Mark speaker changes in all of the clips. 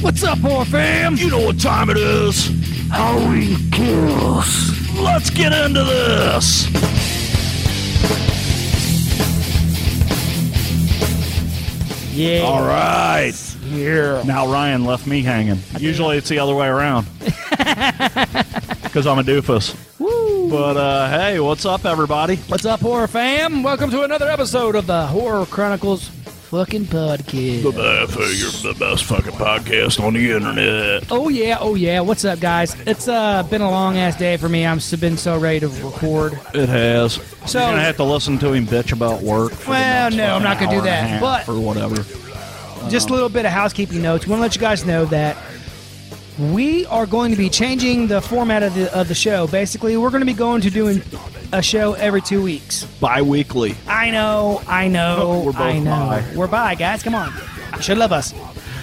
Speaker 1: What's up, whore fam?
Speaker 2: You know what time it is.
Speaker 1: Halloween kills.
Speaker 2: Let's get into this.
Speaker 1: Yeah.
Speaker 2: All right.
Speaker 1: Yeah.
Speaker 2: Now Ryan left me hanging. Usually it's the other way around because I'm a doofus.
Speaker 1: Woo.
Speaker 2: But uh, hey, what's up, everybody?
Speaker 1: What's up, horror fam? Welcome to another episode of the Horror Chronicles fucking podcast.
Speaker 2: I figure the best fucking podcast on the internet.
Speaker 1: Oh yeah, oh yeah. What's up, guys? It's uh been a long ass day for me. I'm s- been so ready to record.
Speaker 2: It has.
Speaker 1: So-
Speaker 2: You're gonna have to listen to him bitch about work. For the
Speaker 1: Well,
Speaker 2: next
Speaker 1: no, I'm
Speaker 2: fucking
Speaker 1: not gonna do
Speaker 2: hour and a
Speaker 1: that,
Speaker 2: half
Speaker 1: but-
Speaker 2: or whatever.
Speaker 1: Just a little bit of housekeeping notes. Want to let you guys know that we are going to be changing the format of the of the show. Basically, we're going to be going to doing a show every two weeks.
Speaker 2: Bi-weekly.
Speaker 1: I know, I know,
Speaker 2: Oh, We're both
Speaker 1: I know.
Speaker 2: bi.
Speaker 1: We're by guys. Come on, you should love us.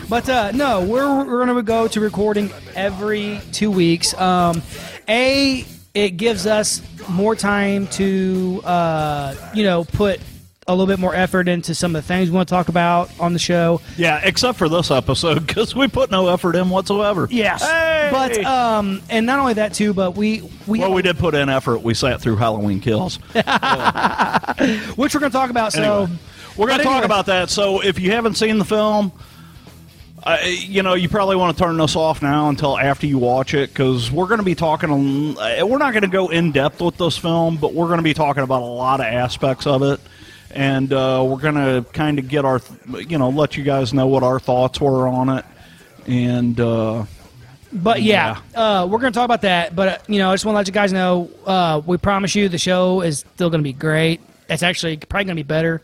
Speaker 1: But uh, no, we're we're gonna go to recording every two weeks. Um, a it gives us more time to uh, you know put a little bit more effort into some of the things we want to talk about on the show.
Speaker 2: Yeah, except for this episode because we put no effort in whatsoever.
Speaker 1: Yes,
Speaker 2: Hey!
Speaker 1: but um, and not only that too, but we we,
Speaker 2: well, we did put in effort. We sat through Halloween Kills.
Speaker 1: which we're gonna talk about.
Speaker 2: Anyway,
Speaker 1: So
Speaker 2: we're
Speaker 1: but
Speaker 2: going to talk
Speaker 1: anyway.
Speaker 2: about that. So if you haven't seen the film, uh, you know you probably want to turn this off now until after you watch it because we're going to be talking. a l- uh, We're not going to go in depth with this film, but we're going to be talking about a lot of aspects of it, and uh, we're going to kind of get our, th- you know, let you guys know what our thoughts were on it, and. Uh,
Speaker 1: But yeah, Uh, we're going to talk about that. But, uh, you know, I just want to let you guys know uh, we promise you the show is still going to be great. It's actually probably going to be better.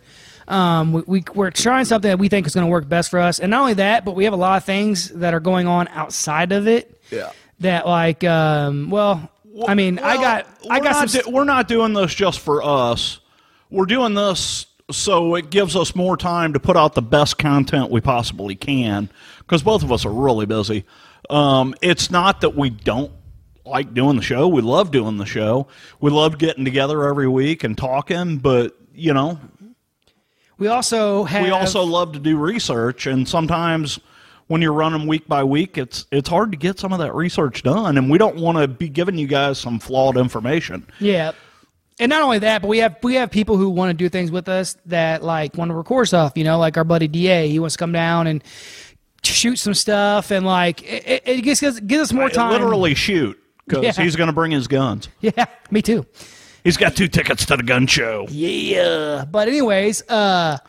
Speaker 1: Um, we, we, we're trying something that we think is going to work best for us. And not only that, but we have a lot of things that are going on outside of it.
Speaker 2: Yeah.
Speaker 1: That, like, um, well, I mean, I
Speaker 2: Well,
Speaker 1: got, I
Speaker 2: we're
Speaker 1: got some.
Speaker 2: not
Speaker 1: s-
Speaker 2: do- we're not doing this just for us. We're doing this so it gives us more time to put out the best content we possibly can because both of us are really busy. Um, it's not that we don't like doing the show. We love doing the show. We love getting together every week and talking, but you know,
Speaker 1: we also have.
Speaker 2: we also love to do research and sometimes when you're running week by week it's it's hard to get some of that research done and we don't want to be giving you guys some flawed information
Speaker 1: Yeah. And not only that, but we have we have people who want to do things with us that like want to record stuff, you know, like our buddy DA, he wants to come down and shoot some stuff and like it, it- it gives, us- gives us more time.
Speaker 2: literally shoot because
Speaker 1: Yeah.
Speaker 2: he's going to bring his guns
Speaker 1: Yeah, me too.
Speaker 2: he's got two tickets to the gun show
Speaker 1: Yeah. But anyways, uh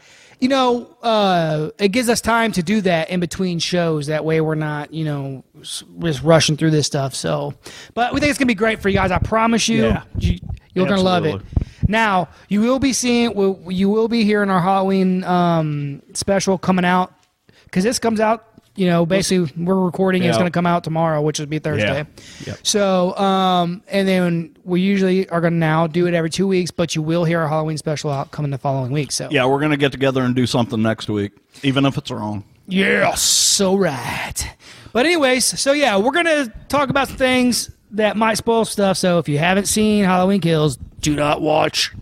Speaker 1: you know, uh it gives us time to do that in between shows that way we're not, you know, s- just rushing through this stuff. So, but we think it's going to be great for you guys. I promise you.
Speaker 2: Yeah.
Speaker 1: you you're going to love it.
Speaker 2: Absolutely.
Speaker 1: Now you will be seeing, we- you will be hearing our Halloween um, special coming out because this comes out. You know, basically we're recording. It's
Speaker 2: Yeah.
Speaker 1: going to come out tomorrow, which would be Thursday.
Speaker 2: Yep.
Speaker 1: So, um, and then we usually are going to now do it every two weeks, but you will hear our Halloween special out coming the following week. So,
Speaker 2: yeah we're going to get together and do something next week even if it's wrong
Speaker 1: Yes. So right. But anyways, so yeah, we're gonna talk about some things that might spoil stuff. So if you haven't seen Halloween Kills, do not watch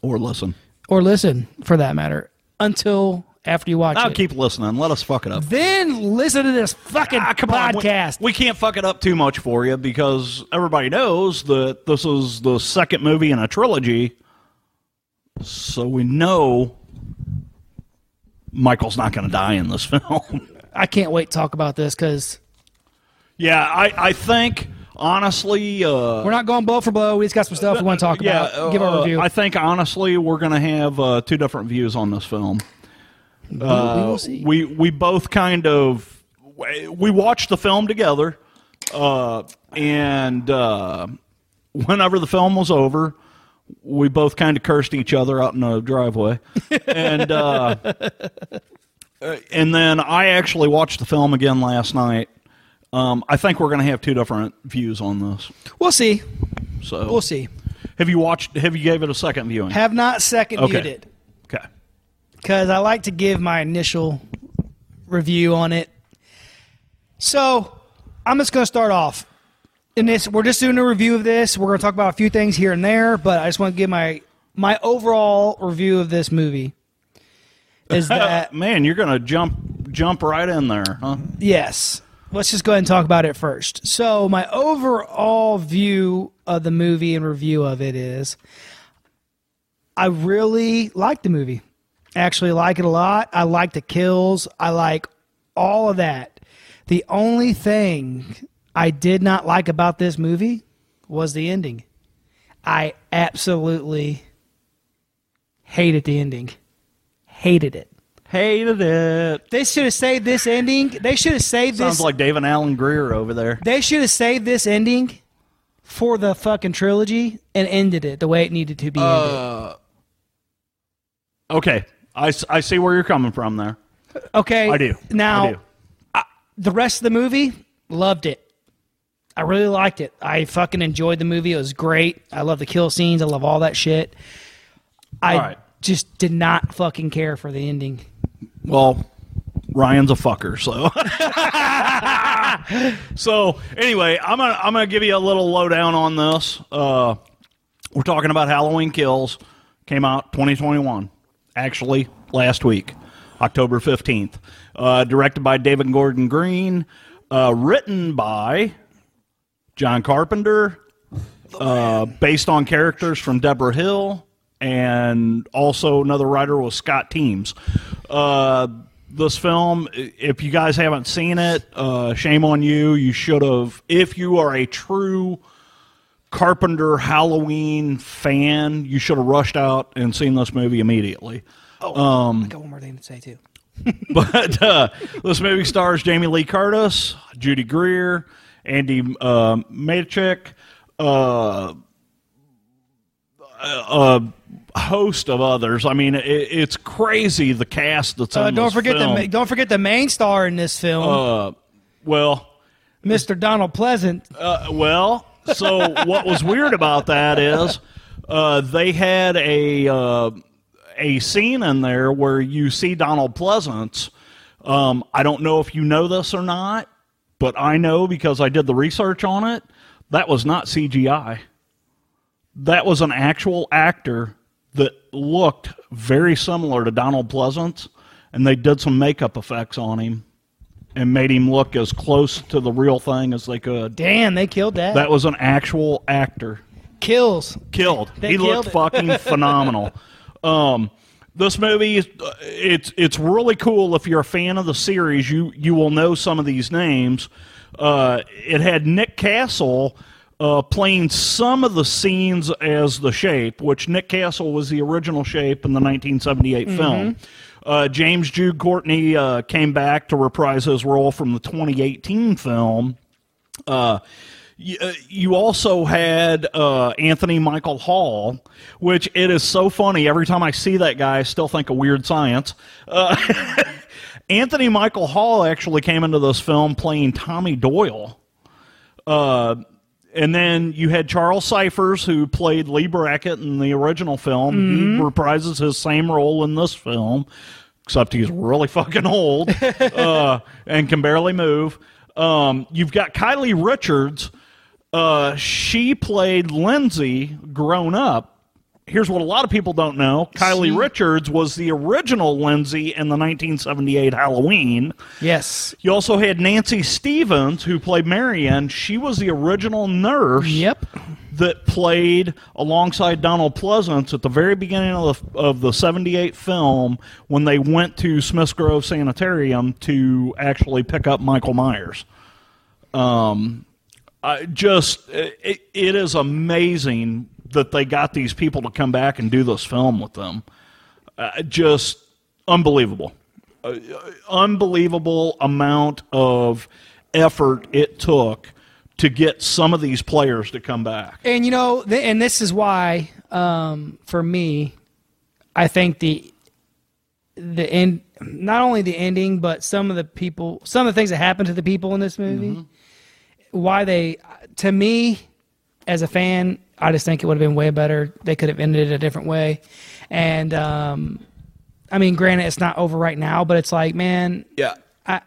Speaker 2: or listen
Speaker 1: or listen, for that matter, until after you watch
Speaker 2: now
Speaker 1: it.
Speaker 2: keep listening let us fuck it up
Speaker 1: then listen to this fucking
Speaker 2: Ah, come on, we-
Speaker 1: podcast.
Speaker 2: we, can't fuck it up too much for you because everybody knows that this is the second movie in a trilogy. So we know Michael's not going to die in this film.
Speaker 1: I can't wait to talk about this because
Speaker 2: yeah, I, I think honestly, uh,
Speaker 1: we're not going blow for blow. We just got some stuff we want to talk
Speaker 2: yeah,
Speaker 1: about. Give our
Speaker 2: uh,
Speaker 1: review.
Speaker 2: I think honestly, we're going to have uh, two different views on this film. Uh,
Speaker 1: we will see.
Speaker 2: We we both kind of we watched the film together, uh, and uh, whenever the film was over, we both kind of cursed each other out in the driveway, and uh, uh, and then I actually watched the film again last night. Um, I think we're going to have two different views on this.
Speaker 1: we'll see.
Speaker 2: So
Speaker 1: We'll see.
Speaker 2: Have you watched? Have you gave it a second viewing?
Speaker 1: Have not second viewed
Speaker 2: Okay.
Speaker 1: it.
Speaker 2: okay.
Speaker 1: because I like to give my initial review on it. So I'm just going to start off. In this, we're just doing a review of this. We're going to talk about a few things here and there, but I just want to give my my overall review of this movie is that
Speaker 2: Man, you're gonna jump jump right in there, huh?
Speaker 1: Yes. Let's just go ahead and talk about it first. So, my overall view of the movie and review of it is I really like the movie. I actually like it a lot. I like the kills. I like all of that. The only thing I did not like about this movie was the ending. I absolutely hated the ending. Hated it.
Speaker 2: Hated it.
Speaker 1: They should have saved this ending. They should have saved
Speaker 2: Sounds
Speaker 1: this.
Speaker 2: like David Allen Greer over there.
Speaker 1: They should have saved this ending for the fucking trilogy and ended it the way it needed to be
Speaker 2: Okay, I, s- I see where you're coming from there.
Speaker 1: ended. Okay.
Speaker 2: I do.
Speaker 1: Now,
Speaker 2: I do.
Speaker 1: the rest of the movie, loved it. I really liked it. I fucking enjoyed the movie. It was great. I love the kill scenes. I love all that shit. I
Speaker 2: All right.
Speaker 1: just did not fucking care for the ending.
Speaker 2: Well, Ryan's a fucker, so. so anyway, I'm gonna I'm gonna give you a little lowdown on this. Uh, we're talking about Halloween Kills. Came out 2021, actually last week, October 15th. Uh, directed by David Gordon Green. Uh, written by John Carpenter. Uh, based on characters from Deborah Hill, and also another writer was Scott Teams. Uh, this film, i- if you guys haven't seen it, uh, shame on you. You should have. If you are a true Carpenter Halloween fan, you should have rushed out and seen this movie immediately.
Speaker 1: I got one more thing to say too.
Speaker 2: But uh, this movie stars Jamie Lee Curtis, Judy Greer, Andy uh, Matic, uh, a host of others. I mean, it, it's crazy the cast that's
Speaker 1: Uh,
Speaker 2: on
Speaker 1: don't
Speaker 2: this
Speaker 1: forget
Speaker 2: film.
Speaker 1: the ma- don't forget the main star in this film,
Speaker 2: well,
Speaker 1: Mr. Donald Pleasant.
Speaker 2: Uh, well, so what was weird about that is uh, they had a uh, a scene in there where you see Donald Pleasance. Um, I don't know if you know this or not, but I know because I did the research on it. That was not CGI. That was an actual actor that looked very similar to Donald Pleasance, and they did some makeup effects on him and made him look as close to the real thing as they could.
Speaker 1: Damn, they killed that.
Speaker 2: That was an actual actor
Speaker 1: Kills.
Speaker 2: killed.
Speaker 1: They
Speaker 2: he
Speaker 1: killed
Speaker 2: looked
Speaker 1: it.
Speaker 2: fucking phenomenal. Um, this movie is uh, it's it's really cool. If you're a fan of the series, you you will know some of these names. Uh, it had Nick Castle. Uh, playing some of the scenes as the shape, which Nick Castle was the original shape in the 1978
Speaker 1: Mm-hmm.
Speaker 2: film. Uh, James Jude Courtney uh, came back to reprise his role from the 2018 film you, uh, you also had uh, Anthony Michael Hall, which it is so funny. Every time I see that guy, I still think of weird science. Uh, Anthony Michael Hall actually came into this film playing Tommy Doyle. Uh, and then you had Charles Cyphers, who played Lee Brackett in the original film. He reprises his same role in this film, except he's really fucking old uh, and can barely move. Um, you've got Kylie Richards. Uh, she played Lindsay grown up. Here's what a lot of people don't know Kylie Richards was the original Lindsay in the 1978 Halloween.
Speaker 1: Yes.
Speaker 2: You also had Nancy Stevens, who played Marion. She was the original nurse
Speaker 1: Yep.
Speaker 2: that played alongside Donald Pleasance at the very beginning of the, of the 78 film when they went to Smiths Grove Sanitarium to actually pick up Michael Myers. Um, I just, it, it is amazing that they got these people to come back and do this film with them. Uh, just unbelievable. Uh, unbelievable amount of effort it took to get some of these players to come back.
Speaker 1: And you know, th- and this is why, um, for me, I think the the end, not only the ending, but some of the people, some of the things that happened to the people in this movie,
Speaker 2: Mm-hmm.
Speaker 1: why they, to me, as a fan, I just think it would have been way better. They could have ended it a different way, and um, I mean, granted, it's not over right now, but it's like, man,
Speaker 2: Yeah.
Speaker 1: I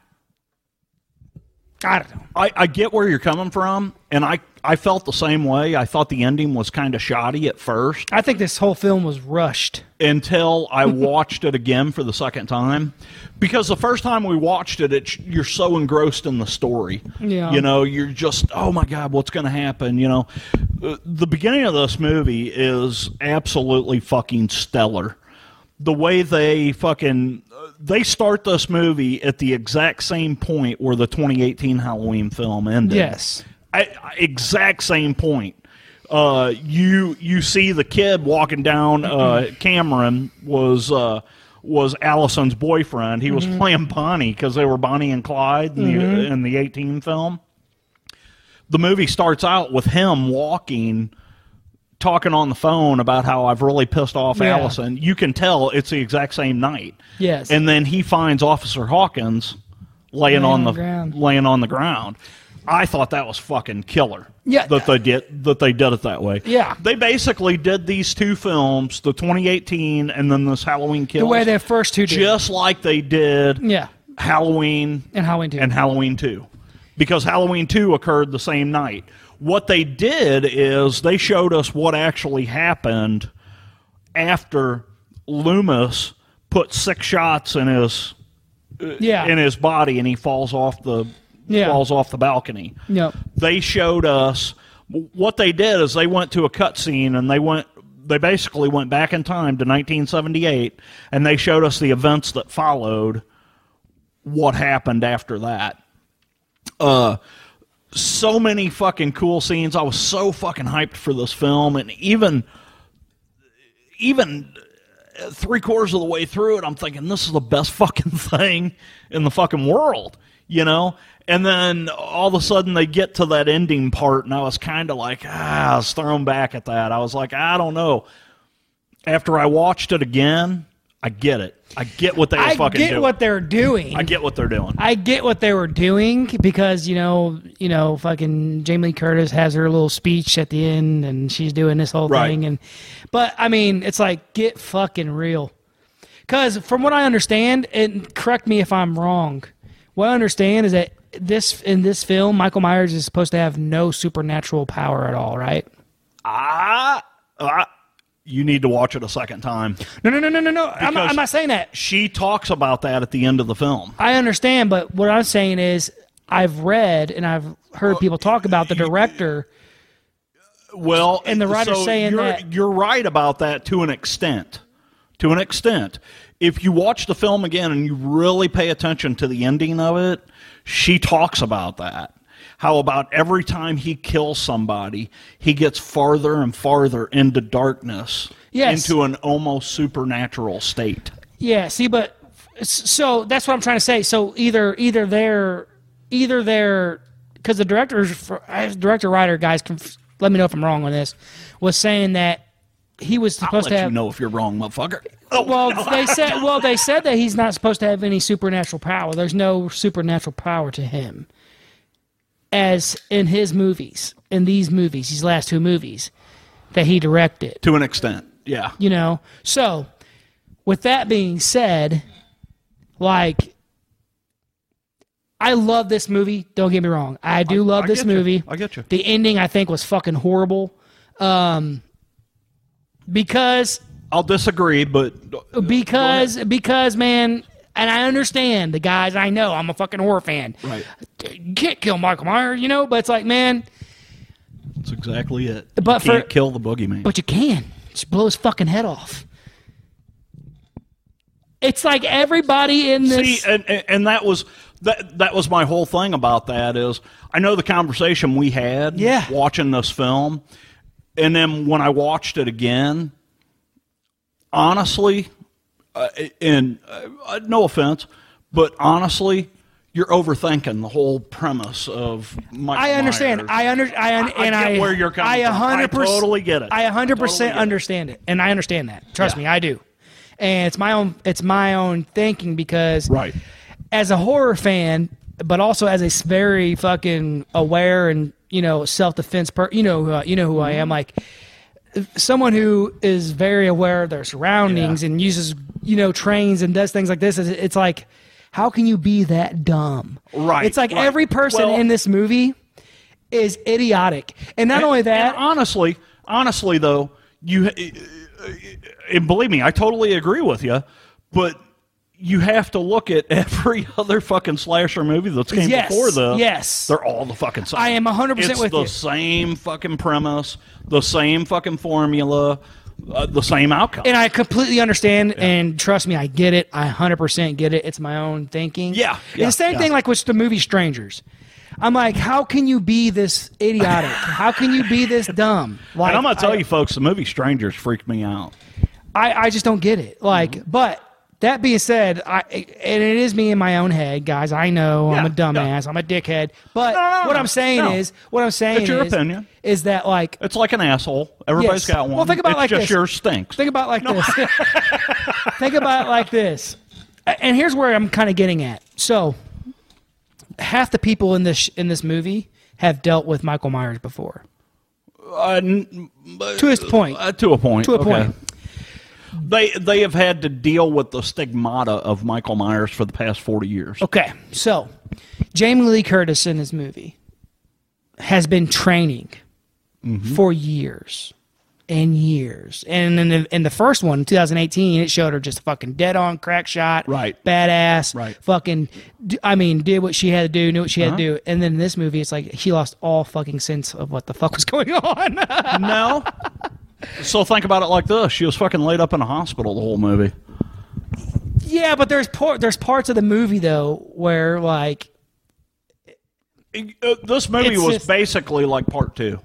Speaker 1: I don't know.
Speaker 2: I, I get where you're coming from, and I, I felt the same way. I thought the ending was kind of shoddy at first
Speaker 1: I think this whole film was rushed.
Speaker 2: until I watched it again for the second time. Because the first time we watched it, it's, you're so engrossed in the story.
Speaker 1: Yeah.
Speaker 2: You know, you're just, oh my God, what's going to happen? You know, Uh, the beginning of this movie is absolutely fucking stellar. The way they fucking uh, they start this movie at the exact same point where the 2018 Halloween film ended
Speaker 1: Yes.
Speaker 2: I, I- exact same point. Uh, you you see the kid walking down. Uh, Cameron was uh, was Allison's boyfriend. He was
Speaker 1: Mm-hmm.
Speaker 2: playing Bonnie because they were Bonnie and Clyde in, the, in the eighteen film. The movie starts out with him walking, talking on the phone about how I've really pissed off
Speaker 1: Yeah.
Speaker 2: Allison. You can tell it's the exact same night.
Speaker 1: Yes.
Speaker 2: and then he finds Officer Hawkins laying
Speaker 1: Laying
Speaker 2: on
Speaker 1: on
Speaker 2: the
Speaker 1: the ground.
Speaker 2: laying on the ground. I thought that was fucking killer.
Speaker 1: Yeah.
Speaker 2: that they did that they did it that way.
Speaker 1: Yeah.
Speaker 2: they basically did these two films, the 2018 and then this Halloween Kills,
Speaker 1: The way their first two did.
Speaker 2: just like they did
Speaker 1: yeah.
Speaker 2: Halloween
Speaker 1: And how into
Speaker 2: and Halloween 2 because Halloween 2 occurred the same night. What they did is they showed us what actually happened after Loomis put six shots in his
Speaker 1: yeah.
Speaker 2: in his body and he falls off the
Speaker 1: Yeah.
Speaker 2: falls off the balcony.
Speaker 1: Yep.
Speaker 2: They showed us what they did is they went to a cutscene and they went they basically went back in time to 1978 and they showed us the events that followed what happened after that. Uh so many fucking cool scenes. I was so fucking hyped for this film and even even three quarters of the way through it, I'm thinking this is the best fucking thing in the fucking world, you know. And then all of a sudden they get to that ending part, and I was kind of like, ah, I was thrown back at that. I was like, I don't know. After I watched it again, I get it. I get what they were
Speaker 1: I
Speaker 2: fucking
Speaker 1: get
Speaker 2: doing.
Speaker 1: what they're doing.
Speaker 2: I get what they're doing.
Speaker 1: I get what they were doing because you know, you know, fucking Jamie Lee Curtis has her little speech at the end, and she's doing this whole
Speaker 2: Right.
Speaker 1: thing. And but I mean, it's like get fucking real. Because from what I understand, and correct me if I'm wrong, what I understand is that this in this film, Michael Myers is supposed to have no supernatural power at all, right?
Speaker 2: Ah, ah, you need to watch it a second time.
Speaker 1: No, no, no, no, no, no. I'm not,
Speaker 2: Because-
Speaker 1: I'm not saying that.
Speaker 2: She talks about that at the end of the film.
Speaker 1: I understand, but what I'm saying is, I've read and I've heard people talk about the director.
Speaker 2: Well,
Speaker 1: And the writer's
Speaker 2: so
Speaker 1: saying
Speaker 2: you're,
Speaker 1: that-
Speaker 2: you're right about that to an extent. To an extent, if you watch the film again and you really pay attention to the ending of it, she talks about that. How about every time he kills somebody, he gets farther and farther into darkness,
Speaker 1: Yes.
Speaker 2: into an almost supernatural state.
Speaker 1: Yeah, see, but so that's what I'm trying to say. So either either they're either they're because the director's I- director writer guys can let me know if I'm wrong on this was saying that he was
Speaker 2: I'll
Speaker 1: supposed
Speaker 2: let
Speaker 1: to have
Speaker 2: you know if you're wrong, motherfucker. Oh,
Speaker 1: well they said well they said that he's not supposed to have any supernatural power. There's no supernatural power to him as in his movies in these movies these last two movies that he directed
Speaker 2: to an extent, yeah.
Speaker 1: you know so with that being said like i love this movie don't get me wrong i do love
Speaker 2: I
Speaker 1: this
Speaker 2: get you.
Speaker 1: movie
Speaker 2: I get you.
Speaker 1: the ending i think was fucking horrible um because
Speaker 2: I'll disagree, but
Speaker 1: because because man and i understand the guys i know i'm a fucking horror fan
Speaker 2: right,
Speaker 1: you can't kill michael myers you know but it's like man
Speaker 2: that's exactly it.
Speaker 1: But
Speaker 2: you
Speaker 1: for-
Speaker 2: can't kill the boogeyman.
Speaker 1: But you can. Just blow his fucking head off. It's like everybody in this.
Speaker 2: See, and, and and that was that that was my whole thing about that is I know the conversation we had
Speaker 1: Yeah.
Speaker 2: watching this film, and then when I watched it again, honestly, uh, and uh, uh, no offense, but honestly. You're overthinking the whole premise of Michael
Speaker 1: I understand.
Speaker 2: Myers.
Speaker 1: I under. I un-
Speaker 2: I
Speaker 1: and
Speaker 2: get
Speaker 1: I.
Speaker 2: where you're coming
Speaker 1: I
Speaker 2: from. I
Speaker 1: 100%,
Speaker 2: totally get it.
Speaker 1: I 100
Speaker 2: Totally
Speaker 1: percent
Speaker 2: get it.
Speaker 1: understand it, and I understand that. Trust
Speaker 2: Yeah.
Speaker 1: me, I do. And it's my own. It's my own thinking because.
Speaker 2: Right.
Speaker 1: As a horror fan, but also as a s- very fucking aware and you know self defense per. You know. Uh, you know who I
Speaker 2: Mm-hmm.
Speaker 1: am. Like someone who is very aware of their surroundings
Speaker 2: Yeah.
Speaker 1: and uses you know trains and does things like this. It's, it's like How can you be that dumb?
Speaker 2: Right,
Speaker 1: It's like
Speaker 2: right.
Speaker 1: every person
Speaker 2: Well-
Speaker 1: in this movie is idiotic. And not only that,
Speaker 2: And honestly, honestly though, you eh, and believe me, I totally agree with you, but you have to look at every other fucking slasher movie that's came
Speaker 1: Yes,
Speaker 2: before this.
Speaker 1: yes.
Speaker 2: they're all the fucking same.
Speaker 1: I am 100%
Speaker 2: It's
Speaker 1: with
Speaker 2: the
Speaker 1: you.
Speaker 2: same fucking premise, the same fucking formula, uh, the same outcome.
Speaker 1: and I completely understand and trust me, I get it. I 100% get it. It's my own thinking.
Speaker 2: Yeah,
Speaker 1: It's
Speaker 2: yeah,
Speaker 1: the same
Speaker 2: yeah.
Speaker 1: thing like with the movie Strangers. I'm like, how can you be this idiotic? how can you be this dumb? Like,
Speaker 2: and I'm gonna tell
Speaker 1: I-
Speaker 2: you, folks, the movie Strangers freaked me out.
Speaker 1: I, I just don't get it. Like,
Speaker 2: Mm-hmm.
Speaker 1: but that being said, I and it is me in my own head, guys. I know I'm a
Speaker 2: Yeah, yeah.
Speaker 1: dumbass. I'm a dickhead. But
Speaker 2: No, no, no,
Speaker 1: what I'm saying
Speaker 2: no.
Speaker 1: is, what I'm saying
Speaker 2: It's your
Speaker 1: is,
Speaker 2: opinion.
Speaker 1: is that like
Speaker 2: It's like an asshole. Everybody's
Speaker 1: Yes.
Speaker 2: got one.
Speaker 1: Well, think about it like
Speaker 2: it's just
Speaker 1: this.
Speaker 2: yours stinks.
Speaker 1: Think about it like this. Think about it like this. A- And here's where I'm kind of getting at. So, half the people in this in this movie have dealt with Michael Myers before.
Speaker 2: Uh, n-
Speaker 1: To his point.
Speaker 2: uh, to a point.
Speaker 1: To a
Speaker 2: okay.
Speaker 1: point.
Speaker 2: They they have had to deal with the stigmata of Michael Myers for the past forty years.
Speaker 1: Okay. So, Jamie Lee Curtis in this movie has been training for years and years. And in the, in the first one, 2018, it showed her just fucking dead on crack shot.
Speaker 2: Right.
Speaker 1: Badass.
Speaker 2: Right.
Speaker 1: Fucking, d- I mean, did what she had to do, knew what she had to do. And then in this movie, it's like she lost all fucking sense of what the fuck was going on.
Speaker 2: No. so think about it like this: she was fucking laid up in a hospital the whole movie.
Speaker 1: yeah, but there's, por- there's parts of the movie, though, where like,
Speaker 2: Uh, This movie
Speaker 1: It's
Speaker 2: was
Speaker 1: just-
Speaker 2: basically like part two.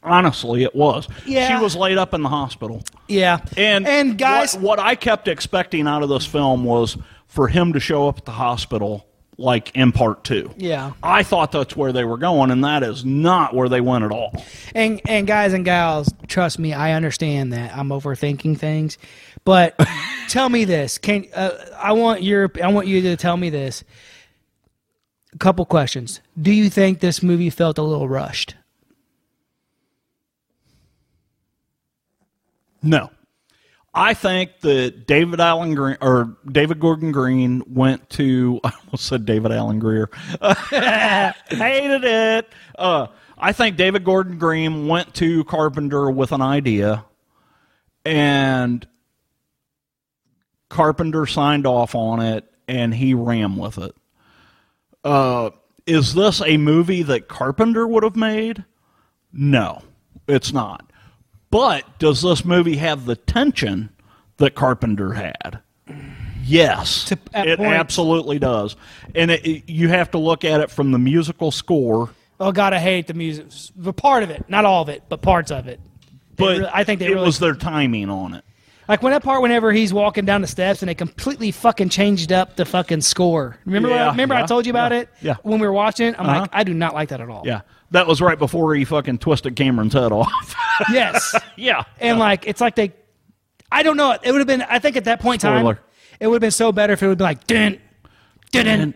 Speaker 2: Honestly, it was.
Speaker 1: Yeah.
Speaker 2: She was laid up in the hospital.
Speaker 1: yeah.
Speaker 2: And
Speaker 1: and guys,
Speaker 2: what, what I kept expecting out of this film was for him to show up at the hospital like in part two.
Speaker 1: Yeah.
Speaker 2: I thought that's where they were going, and that is not where they went at all.
Speaker 1: And and guys and gals, trust me, I understand that I'm overthinking things, but tell me this: Can uh, I want your I want you to tell me this? A couple questions. Do you think this movie felt a little rushed?
Speaker 2: No. I think that David Allen Green or David Gordon Green went to I almost said David Allen Greer. Hated it. Uh, I think David Gordon Green went to Carpenter with an idea and Carpenter signed off on it and he ran with it. Uh, is this a movie that Carpenter would have made? No, it's not. But does this movie have the tension that Carpenter had? Yes,
Speaker 1: To- at
Speaker 2: it
Speaker 1: points.
Speaker 2: absolutely does. And it, it- you have to look at it from the musical score.
Speaker 1: Oh God, I hate the music. The part of it, not all of it, but parts of it. They
Speaker 2: But
Speaker 1: really- I think they
Speaker 2: it
Speaker 1: really
Speaker 2: was their timing on it.
Speaker 1: like when that part whenever he's walking down the steps and they completely fucking changed up the fucking score. Remember?
Speaker 2: Yeah,
Speaker 1: remember I
Speaker 2: yeah,
Speaker 1: told you about
Speaker 2: yeah,
Speaker 1: it?
Speaker 2: yeah.
Speaker 1: When we were watching, it? I'm
Speaker 2: Uh-huh.
Speaker 1: like, I do not like that at all.
Speaker 2: Yeah, that was right before he fucking twisted Cameron's head off.
Speaker 1: Yes.
Speaker 2: yeah,
Speaker 1: And like it's like they I don't know. It would have been I think at that point in time
Speaker 2: Spoiler.
Speaker 1: it would have been so better if it would have been like didn't didn't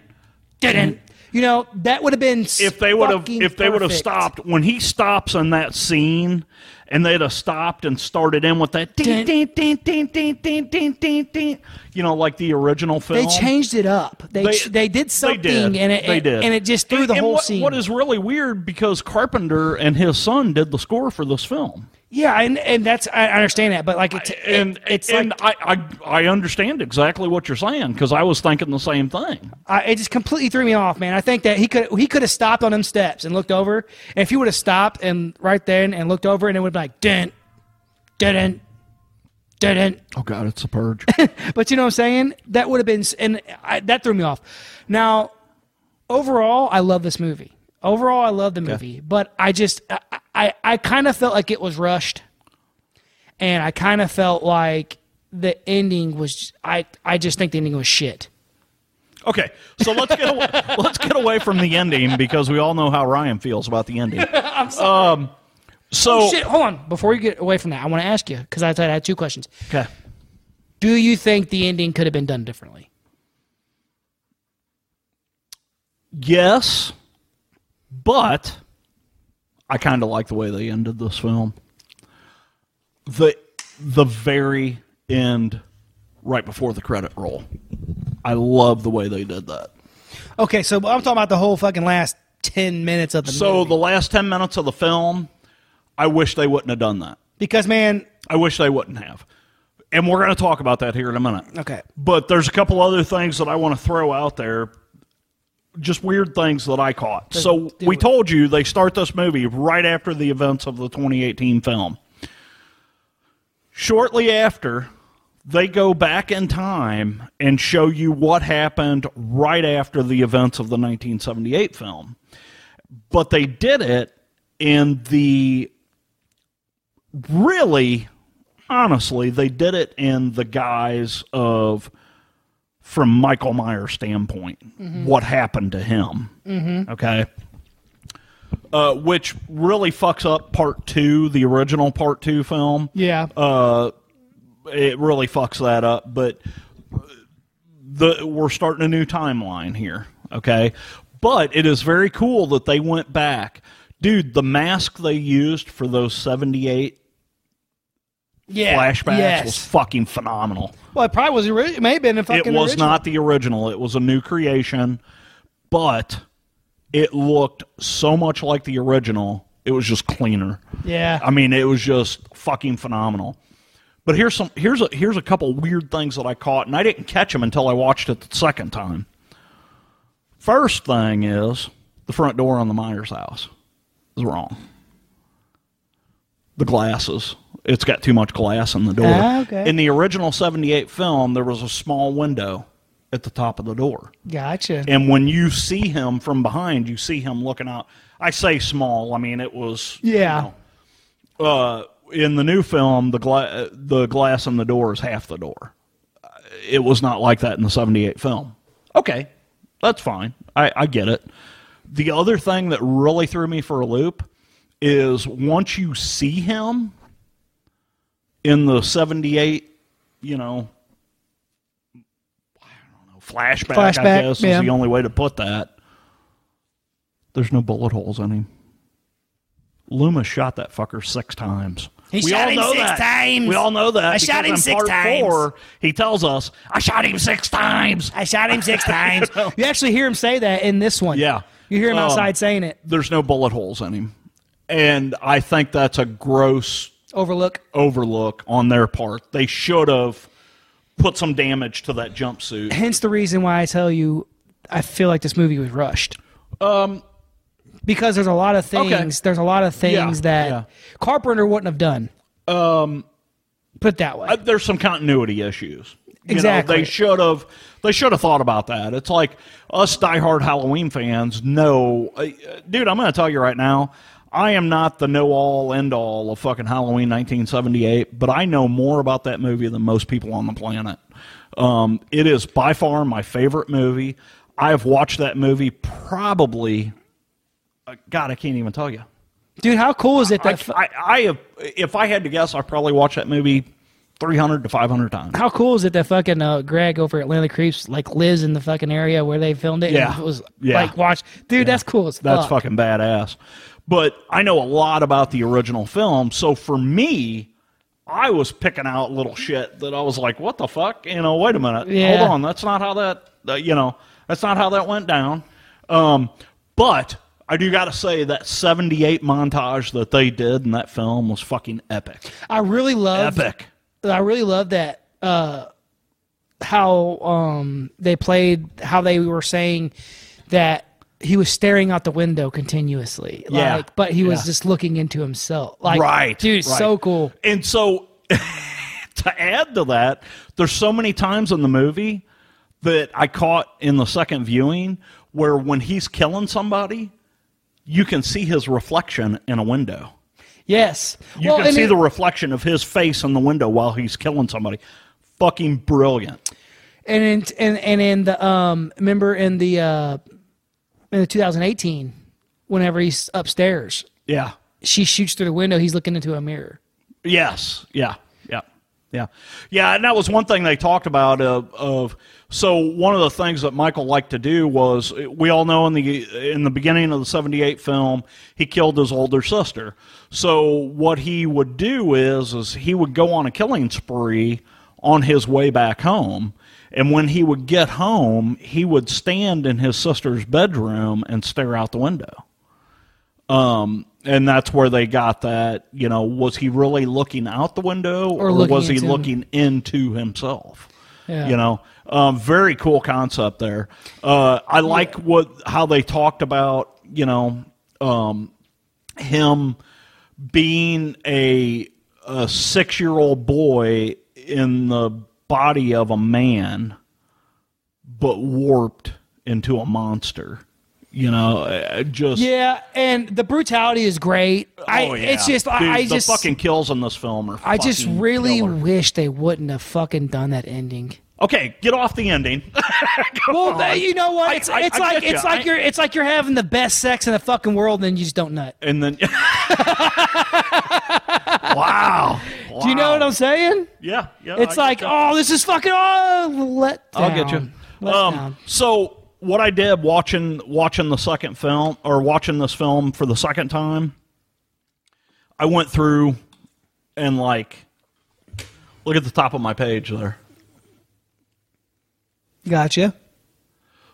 Speaker 1: didn't you know that would have been s-
Speaker 2: if they would have
Speaker 1: fucking
Speaker 2: if they would have
Speaker 1: perfect.
Speaker 2: stopped when he stops on that scene and they'd have stopped and started in with that
Speaker 1: Dun.
Speaker 2: ding, ding, ding, ding, ding, ding, ding, ding, ding, you know like the original film
Speaker 1: they changed it up. They they, did something
Speaker 2: did.
Speaker 1: and it
Speaker 2: they
Speaker 1: and-
Speaker 2: did
Speaker 1: and it just threw
Speaker 2: And-
Speaker 1: the
Speaker 2: and
Speaker 1: whole
Speaker 2: what-
Speaker 1: scene.
Speaker 2: what is really weird because carpenter and his son did the score for this film
Speaker 1: yeah, and, and that's I I understand that, but like it's
Speaker 2: and
Speaker 1: it, it's
Speaker 2: and
Speaker 1: like
Speaker 2: I, I i understand exactly what you're saying because i was thinking the same thing
Speaker 1: I, it just completely threw me off, man. I think that he could he could have stopped on them steps and looked over. And if he would have stopped and right then and looked over, and it would have been like didn't didn't didn't
Speaker 2: oh god it's a purge
Speaker 1: But you know what I'm saying? That would have been, and I, that threw me off. Now, overall, I love this movie. Overall, I love the movie, but I just, I, I, I kind of felt like it was rushed, and I kind of felt like the ending was, I, I just think the ending was shit.
Speaker 2: Okay, so let's get away, let's get away from the ending because we all know how Ryan feels about the ending. I'm sorry. Um, so
Speaker 1: Oh, Shit, hold on. Before you get away from that, I want to ask you because I thought I had two questions.
Speaker 2: okay,
Speaker 1: Do you think the ending could have been done differently?
Speaker 2: yes, but I kind of like the way they ended this film. The the very end, right before the credit roll, I love the way they did that.
Speaker 1: Okay, so I'm talking about the whole fucking last ten minutes of the
Speaker 2: So
Speaker 1: movie.
Speaker 2: the last ten minutes of the film, I wish they wouldn't have done that.
Speaker 1: because man,
Speaker 2: I wish they wouldn't have. And we're going to talk about that here in a minute.
Speaker 1: Okay.
Speaker 2: But there's a couple other things that I want to throw out there. Just weird things that I caught. So
Speaker 1: do
Speaker 2: we
Speaker 1: it.
Speaker 2: told you they start this movie right after the events of the 2018 film. Shortly after, they go back in time and show you what happened right after the events of the 1978 film. But they did it in the really, honestly, they did it in the guise of, from Michael Myers' standpoint, what happened to him. Mm-hmm. Okay. Uh, which really fucks up part two, the original part two film
Speaker 1: yeah,
Speaker 2: Uh, it really fucks that up. But the we're starting a new timeline here, okay? But it is very cool that they went back, dude. The mask they used for those seventy-eight
Speaker 1: yeah,
Speaker 2: flashbacks
Speaker 1: yes.
Speaker 2: was fucking phenomenal.
Speaker 1: well, it probably was. Ori- it may have been a
Speaker 2: It
Speaker 1: fucking.
Speaker 2: was
Speaker 1: original.
Speaker 2: not the original; it was a new creation, but it looked so much like the original. It was just cleaner.
Speaker 1: Yeah.
Speaker 2: I mean, it was just fucking phenomenal. But here's some here's a here's a couple weird things that I caught, and I didn't catch them until I watched it the second time. First thing is the front door on the Myers house is wrong. The glasses. It's got too much glass in the door.
Speaker 1: Ah, okay.
Speaker 2: In the original 78 film, there was a small window at the top of the door.
Speaker 1: Gotcha.
Speaker 2: And when you see him from behind, you see him looking out. I say small, I mean, it was. you
Speaker 1: Yeah.
Speaker 2: know, uh, in the new film, the gla- the glass on the door is half the door. Uh, It was not like that in the '78 film. Okay, that's fine. I, I get it. The other thing that really threw me for a loop is once you see him in the '78, you know, I don't know, flashback. I
Speaker 1: Flashback,
Speaker 2: guess
Speaker 1: yeah.
Speaker 2: is the only way to put that. There's no bullet holes in him. Loomis shot that fucker six times.
Speaker 1: He shot him six times.
Speaker 2: We all know that.
Speaker 1: I shot
Speaker 2: because
Speaker 1: him six
Speaker 2: in part
Speaker 1: times.
Speaker 2: Four, he tells us, "I shot him six times."
Speaker 1: I shot him six times. You actually hear him say that in this one.
Speaker 2: Yeah.
Speaker 1: you hear him
Speaker 2: Um,
Speaker 1: outside saying it.
Speaker 2: There's no bullet holes in him, and I think that's a gross
Speaker 1: Overlook.
Speaker 2: overlook on their part. They should have put some damage to that jumpsuit.
Speaker 1: Hence the reason why I tell you, I feel like this movie was rushed.
Speaker 2: Um,
Speaker 1: Because there's a lot of things. There's a lot of things
Speaker 2: Yeah,
Speaker 1: that
Speaker 2: yeah.
Speaker 1: Carpenter wouldn't have done. Um, put it that way.
Speaker 2: Uh, there's some continuity issues. You
Speaker 1: Exactly.
Speaker 2: Know, they should have. They should have thought about that. It's like us diehard Halloween fans know, uh, dude. I'm going to tell you right now. I am not the know-all, end-all of fucking Halloween 1978, but I know more about that movie than most people on the planet. Um, it is by far my favorite movie. I have watched that movie probably. Uh, God, I can't even tell you.
Speaker 1: Dude, how cool is it
Speaker 2: I,
Speaker 1: that? fu-
Speaker 2: I, I have, if I had to guess, I probably watched that movie 300 to 500 times.
Speaker 1: how cool is it that fucking uh, Greg over at Atlanta Creeps like lives in the fucking area where they filmed it? and
Speaker 2: Yeah.
Speaker 1: it was
Speaker 2: Yeah.
Speaker 1: like watch, dude. That's cool as fuck.
Speaker 2: That's fucking badass. But I know a lot about the original film, so for me, I was picking out little shit that I was like, "What the fuck?" You know, wait a minute,
Speaker 1: Yeah.
Speaker 2: hold on, that's not how that, uh, you know, that's not how that went down. Um, but I do got to say that '78 montage that they did in that film was fucking epic,
Speaker 1: I really love.
Speaker 2: epic.
Speaker 1: I really love that uh, how um, they played how they were saying that he was staring out the window continuously.
Speaker 2: Yeah.
Speaker 1: Like, but he was
Speaker 2: Yeah.
Speaker 1: just looking into himself. Like,
Speaker 2: right.
Speaker 1: dude, it's
Speaker 2: right.
Speaker 1: so cool.
Speaker 2: And so, to add to that, there's so many times in the movie that I caught in the second viewing where when he's killing somebody, you can see his reflection in a window.
Speaker 1: Yes.
Speaker 2: You
Speaker 1: Well,
Speaker 2: can
Speaker 1: and
Speaker 2: see
Speaker 1: it-
Speaker 2: the reflection of his face in the window while he's killing somebody. Fucking brilliant.
Speaker 1: and in, and and in the um, remember in the uh, in the 2018, whenever he's upstairs,
Speaker 2: Yeah.
Speaker 1: she shoots through the window. He's looking into a mirror.
Speaker 2: Yes. Yeah. Yeah. Yeah. Yeah. And that was one thing they talked about of, of so one of the things that Michael liked to do was we all know in the in the beginning of the 78 film he killed his older sister. So what he would do is is he would go on a killing spree on his way back home. And when he would get home, he would stand in his sister's bedroom and stare out the window. Um, and that's where they got that. You know, was he really looking out the window, or,
Speaker 1: looking
Speaker 2: was he
Speaker 1: into-
Speaker 2: looking into himself?
Speaker 1: Yeah.
Speaker 2: You know, um, very cool concept there. Uh, I like what how they talked about. You know, um, him being a a six year old boy in the body of a man, but warped into a monster. You know, uh, just
Speaker 1: Yeah, and the brutality is great. I,
Speaker 2: Oh, yeah.
Speaker 1: It's just,
Speaker 2: Dude,
Speaker 1: I, I
Speaker 2: the
Speaker 1: just,
Speaker 2: fucking kills in this film are.
Speaker 1: I just
Speaker 2: fucking
Speaker 1: really
Speaker 2: killer.
Speaker 1: wish they wouldn't have fucking done that ending.
Speaker 2: okay. Get off the ending.
Speaker 1: Well, th- you know what? It's,
Speaker 2: I-
Speaker 1: it's
Speaker 2: I
Speaker 1: like
Speaker 2: get
Speaker 1: it's
Speaker 2: ya.
Speaker 1: like
Speaker 2: I-
Speaker 1: you're it's like you're having the best sex in the fucking world, and then you just don't nut.
Speaker 2: and then, wow.
Speaker 1: Do you know what I'm saying?
Speaker 2: Yeah, yeah.
Speaker 1: It's
Speaker 2: I
Speaker 1: like,
Speaker 2: get ya.
Speaker 1: oh, this is fucking oh, let down.
Speaker 2: I'll get you.
Speaker 1: Let
Speaker 2: Um,
Speaker 1: down.
Speaker 2: so what I did watching watching the second film or watching this film for the second time, I went through and like look at the top of my page there.
Speaker 1: Gotcha.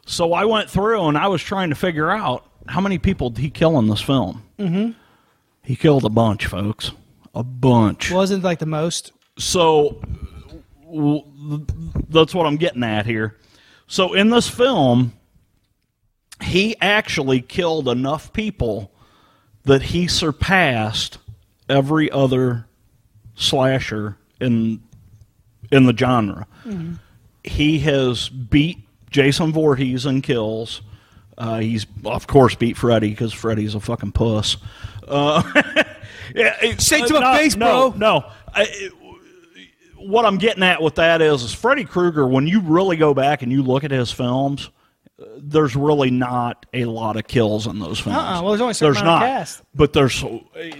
Speaker 2: So I went through and I was trying to figure out how many people did he kill in this film. Mm-hmm. He killed a bunch, folks, a bunch.
Speaker 1: Wasn't like the most.
Speaker 2: so w- that's what I'm getting at here. So in this film, he actually killed enough people that he surpassed every other slasher in in the genre.
Speaker 1: Mm-hmm.
Speaker 2: He has beat Jason Voorhees in kills. Uh, he's of course beat Freddy because Freddy's a fucking puss. Uh, yeah, it-
Speaker 1: Shake to my
Speaker 2: no,
Speaker 1: face,
Speaker 2: no,
Speaker 1: bro.
Speaker 2: No, I, it- what I'm getting at with that is, is Freddy Krueger. When you really go back and you look at his films, uh, there's really not a lot of kills in those films.
Speaker 1: Uh-uh. Well, there's only a certain amount of cast.
Speaker 2: but there's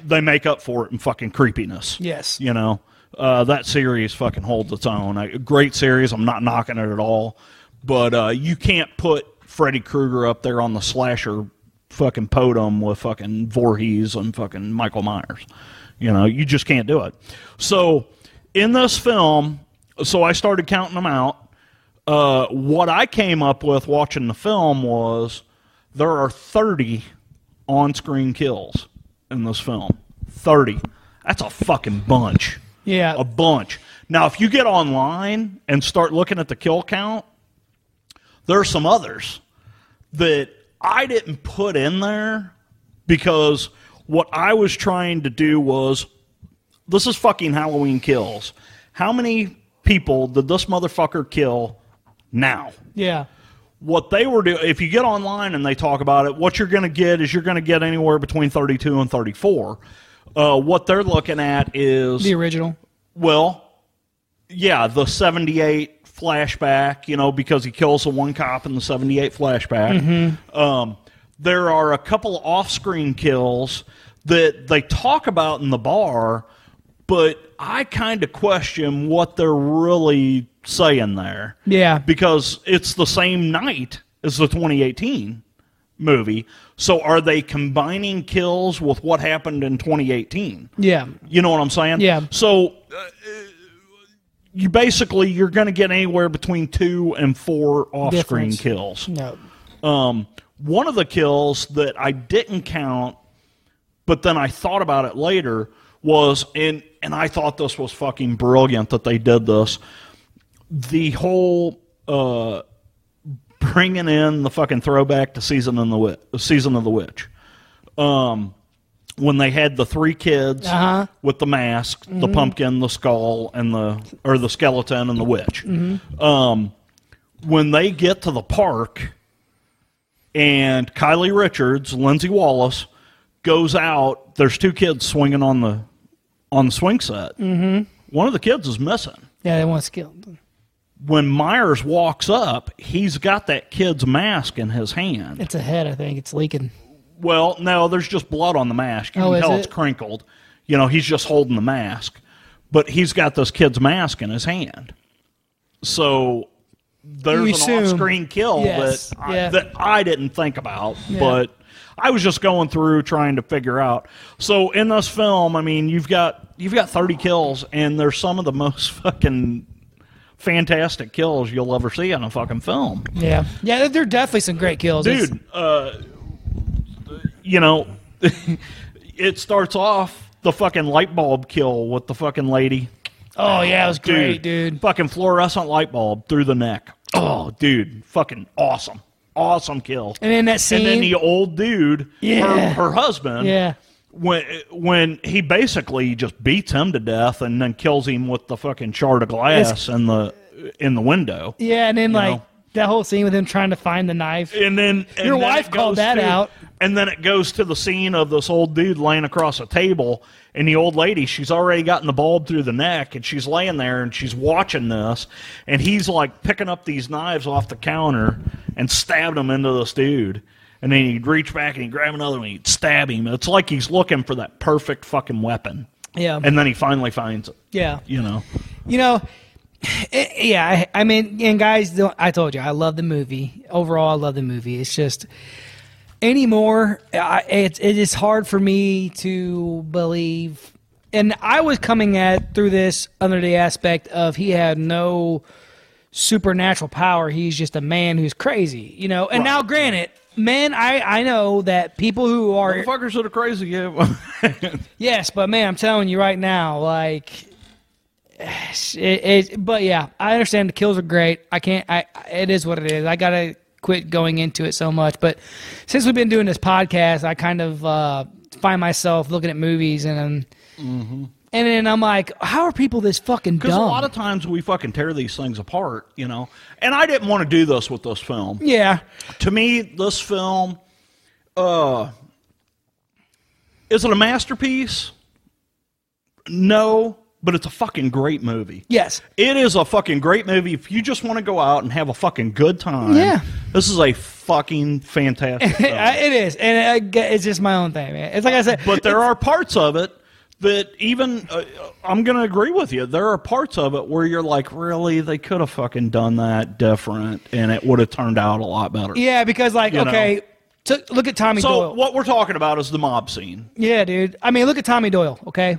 Speaker 2: they make up for it in fucking creepiness.
Speaker 1: Yes.
Speaker 2: you know uh, that series fucking holds its own. A great series. I'm not knocking it at all, but uh, you can't put Freddy Krueger up there on the slasher fucking podium with fucking Voorhees and fucking Michael Myers. You know, you just can't do it. So in this film, so I started counting them out. Uh, what I came up with watching the film was there are 30 on screen kills in this film. 30. That's a fucking bunch.
Speaker 1: Yeah.
Speaker 2: A bunch. Now, if you get online and start looking at the kill count, there are some others that I didn't put in there because what I was trying to do was this is fucking Halloween kills. How many people did this motherfucker kill now?
Speaker 1: Yeah.
Speaker 2: what they were doing if you get online and they talk about it what you're going to get is you're going to get anywhere between 32 and 34 uh, what they're looking at is
Speaker 1: The original.
Speaker 2: well yeah the 78 flashback you know because he kills the one cop in the 78 flashback um, there are a couple off-screen kills that they talk about in the bar but i kind of question what they're really saying there
Speaker 1: Yeah.
Speaker 2: because it's the same night as the 2018 movie. So are they combining kills with what happened in 2018?
Speaker 1: Yeah.
Speaker 2: You know what I'm saying?
Speaker 1: Yeah.
Speaker 2: So uh, you basically you're going to get anywhere between 2 and 4 off-screen
Speaker 1: Difference.
Speaker 2: kills.
Speaker 1: No.
Speaker 2: Um, one of the kills that I didn't count, but then I thought about it later was and and I thought this was fucking brilliant that they did this. The whole uh, bringing in the fucking throwback to season and the Wi- season of the witch. Um, when they had the three kids
Speaker 1: Uh-huh.
Speaker 2: with the mask, the pumpkin, the skull, and the or the skeleton and the witch. Um, when they get to the park and Kylie Richards, Lindsay Wallace goes out. There's two kids swinging on the on the swing set. Mm-hmm. One of the kids is missing.
Speaker 1: Yeah, they want skill.
Speaker 2: When Myers walks up, he's got that kid's mask in his hand.
Speaker 1: It's a head, I think. It's leaking.
Speaker 2: Well, no, there's just blood on the mask. You
Speaker 1: Oh,
Speaker 2: can
Speaker 1: is
Speaker 2: tell
Speaker 1: it?
Speaker 2: it's crinkled. You know, he's just holding the mask, but he's got this kid's mask in his hand. So there's
Speaker 1: You
Speaker 2: an
Speaker 1: assume.
Speaker 2: off-screen kill
Speaker 1: Yes,
Speaker 2: that I,
Speaker 1: yeah.
Speaker 2: that I didn't think about, but I was just going through trying to figure out. So in this film, I mean, you've got you've got 30 kills, and they're some of the most fucking fantastic kills you'll ever see on a fucking film.
Speaker 1: Yeah, yeah, there- there are definitely some great kills, It's-
Speaker 2: Dude, uh, you know, it starts off the fucking light bulb kill with the fucking lady.
Speaker 1: oh yeah, it was great, dude.
Speaker 2: Fucking fluorescent light bulb through the neck. Oh, dude, fucking awesome. Awesome kill.
Speaker 1: And then that scene,
Speaker 2: And then the old dude,
Speaker 1: Yeah.
Speaker 2: her, her husband,
Speaker 1: yeah,
Speaker 2: when when he basically just beats him to death and then kills him with the fucking shard of glass in the in the window.
Speaker 1: yeah, and then like
Speaker 2: know.
Speaker 1: that whole scene with him trying to find the knife.
Speaker 2: And then and
Speaker 1: Your
Speaker 2: then
Speaker 1: wife
Speaker 2: it
Speaker 1: called
Speaker 2: goes
Speaker 1: that
Speaker 2: to-
Speaker 1: out.
Speaker 2: And then it goes to the scene of this old dude laying across a table, and the old lady, she's already gotten the bulb through the neck, and she's laying there and she's watching this, and he's like picking up these knives off the counter and stabbing them into this dude. And then he'd reach back and he'd grab another one, he'd stab him. It's like he's looking for that perfect fucking weapon.
Speaker 1: Yeah,
Speaker 2: And then he finally finds it.
Speaker 1: yeah.
Speaker 2: You know.
Speaker 1: you know it- yeah I, I mean and guys don't- i told you i love the movie overall i love the movie it's just anymore I, it's it is hard for me to believe and i was coming at through this under the aspect of he had no supernatural power he's just a man who's crazy you know and now granted men i i know that people who are
Speaker 2: Fuckers that are crazy, yeah.
Speaker 1: Yes, but man, I'm telling you right now, like, it, it, but yeah, I understand the kills are great. I can't, I, I- it is what it is. I gotta quit going into it so much. But since we've been doing this podcast, I kind of uh, find myself looking at movies and, um, and then I'm like, how are people this fucking dumb?
Speaker 2: Because Mm-hmm. a lot of times we fucking tear these things apart, you know. And I didn't want to do this with this film.
Speaker 1: yeah,
Speaker 2: To me, this film, uh, is it a masterpiece? No, but it's a fucking great movie.
Speaker 1: yes,
Speaker 2: It is a fucking great movie. If you just want to go out and have a fucking good time,
Speaker 1: Yeah.
Speaker 2: this is a fucking fantastic film.
Speaker 1: it is, and I get- it's just my own thing, man. It's like I said,
Speaker 2: but there are parts of it that even uh, I'm going to agree with you. There are parts of it where you're like, really, they could have fucking done that different, and it would have turned out a lot better.
Speaker 1: yeah, because like,
Speaker 2: You know.
Speaker 1: okay, took look at Tommy
Speaker 2: So
Speaker 1: Doyle.
Speaker 2: what we're talking about is the mob scene.
Speaker 1: Yeah, dude. I mean, look at Tommy Doyle, okay?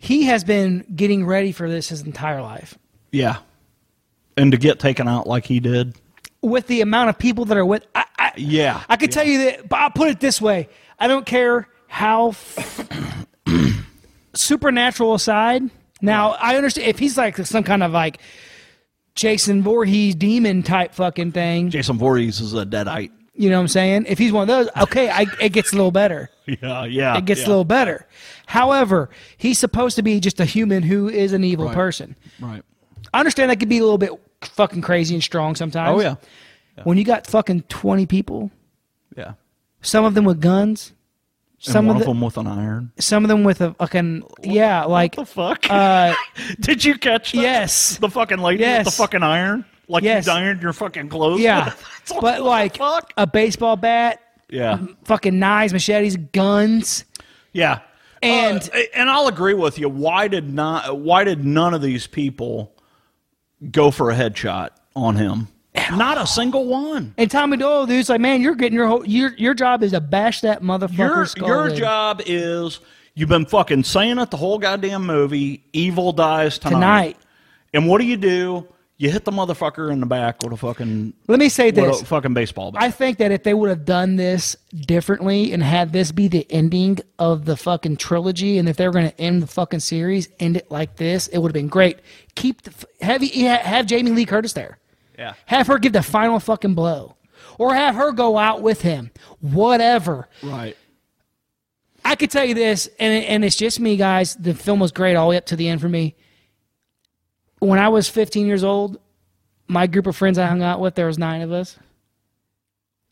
Speaker 1: He has been getting ready for this his entire life.
Speaker 2: Yeah, and to get taken out like he did.
Speaker 1: With the amount of people that are with I I,
Speaker 2: Yeah,
Speaker 1: I could tell you that but I'll put it this way. I don't care how f- supernatural aside. Now, I understand if he's like some kind of like Jason Voorhees demon type fucking thing,
Speaker 2: Jason Voorhees is a deadite.
Speaker 1: you know what I'm saying? If he's one of those, okay, I, it gets a little better.
Speaker 2: Yeah, yeah,
Speaker 1: it gets
Speaker 2: yeah.
Speaker 1: a little better. However, he's supposed to be just a human who is an evil
Speaker 2: Right.
Speaker 1: person.
Speaker 2: right.
Speaker 1: I understand that could be a little bit fucking crazy and strong sometimes.
Speaker 2: Oh yeah,
Speaker 1: When you got fucking twenty people,
Speaker 2: yeah.
Speaker 1: some of them with guns,
Speaker 2: And
Speaker 1: some of
Speaker 2: one of
Speaker 1: the,
Speaker 2: them with an iron.
Speaker 1: some of them with a fucking yeah, like
Speaker 2: the fuck?
Speaker 1: uh,
Speaker 2: Did you catch that?
Speaker 1: Yes.
Speaker 2: The fucking lady
Speaker 1: Yes.
Speaker 2: with the fucking iron? Like
Speaker 1: Yes.
Speaker 2: you ironed your fucking clothes?
Speaker 1: yeah,
Speaker 2: with? It's
Speaker 1: but like
Speaker 2: fuck?
Speaker 1: a baseball bat,
Speaker 2: Yeah.
Speaker 1: fucking knives, machetes, guns.
Speaker 2: Yeah.
Speaker 1: And-
Speaker 2: Uh, and I'll agree with you. Why did not why did none of these people go for a headshot on him? Not a single one.
Speaker 1: And Tommy Doyle, dude's like, man, you're getting your whole your your job is to bash that motherfucker.
Speaker 2: Your
Speaker 1: skull
Speaker 2: your
Speaker 1: in."
Speaker 2: job is you've been fucking saying it the whole goddamn movie, evil dies tonight.
Speaker 1: Tonight.
Speaker 2: And what do you do? You hit the motherfucker in the back with a fucking
Speaker 1: Let me say this.
Speaker 2: with a fucking baseball bat.
Speaker 1: I think that if they would have done this differently and had this be the ending of the fucking trilogy, and if they were going to end the fucking series, end it like this, it would have been great. Keep the f- have you- yeah, have Jamie Lee Curtis there,
Speaker 2: yeah.
Speaker 1: have her give the final fucking blow, or have her go out with him, whatever.
Speaker 2: Right.
Speaker 1: I could tell you this, and it- and it's just me, guys. The film was great all the way up to the end for me. When I was 15 years old, my group of friends I hung out with, there was nine of us.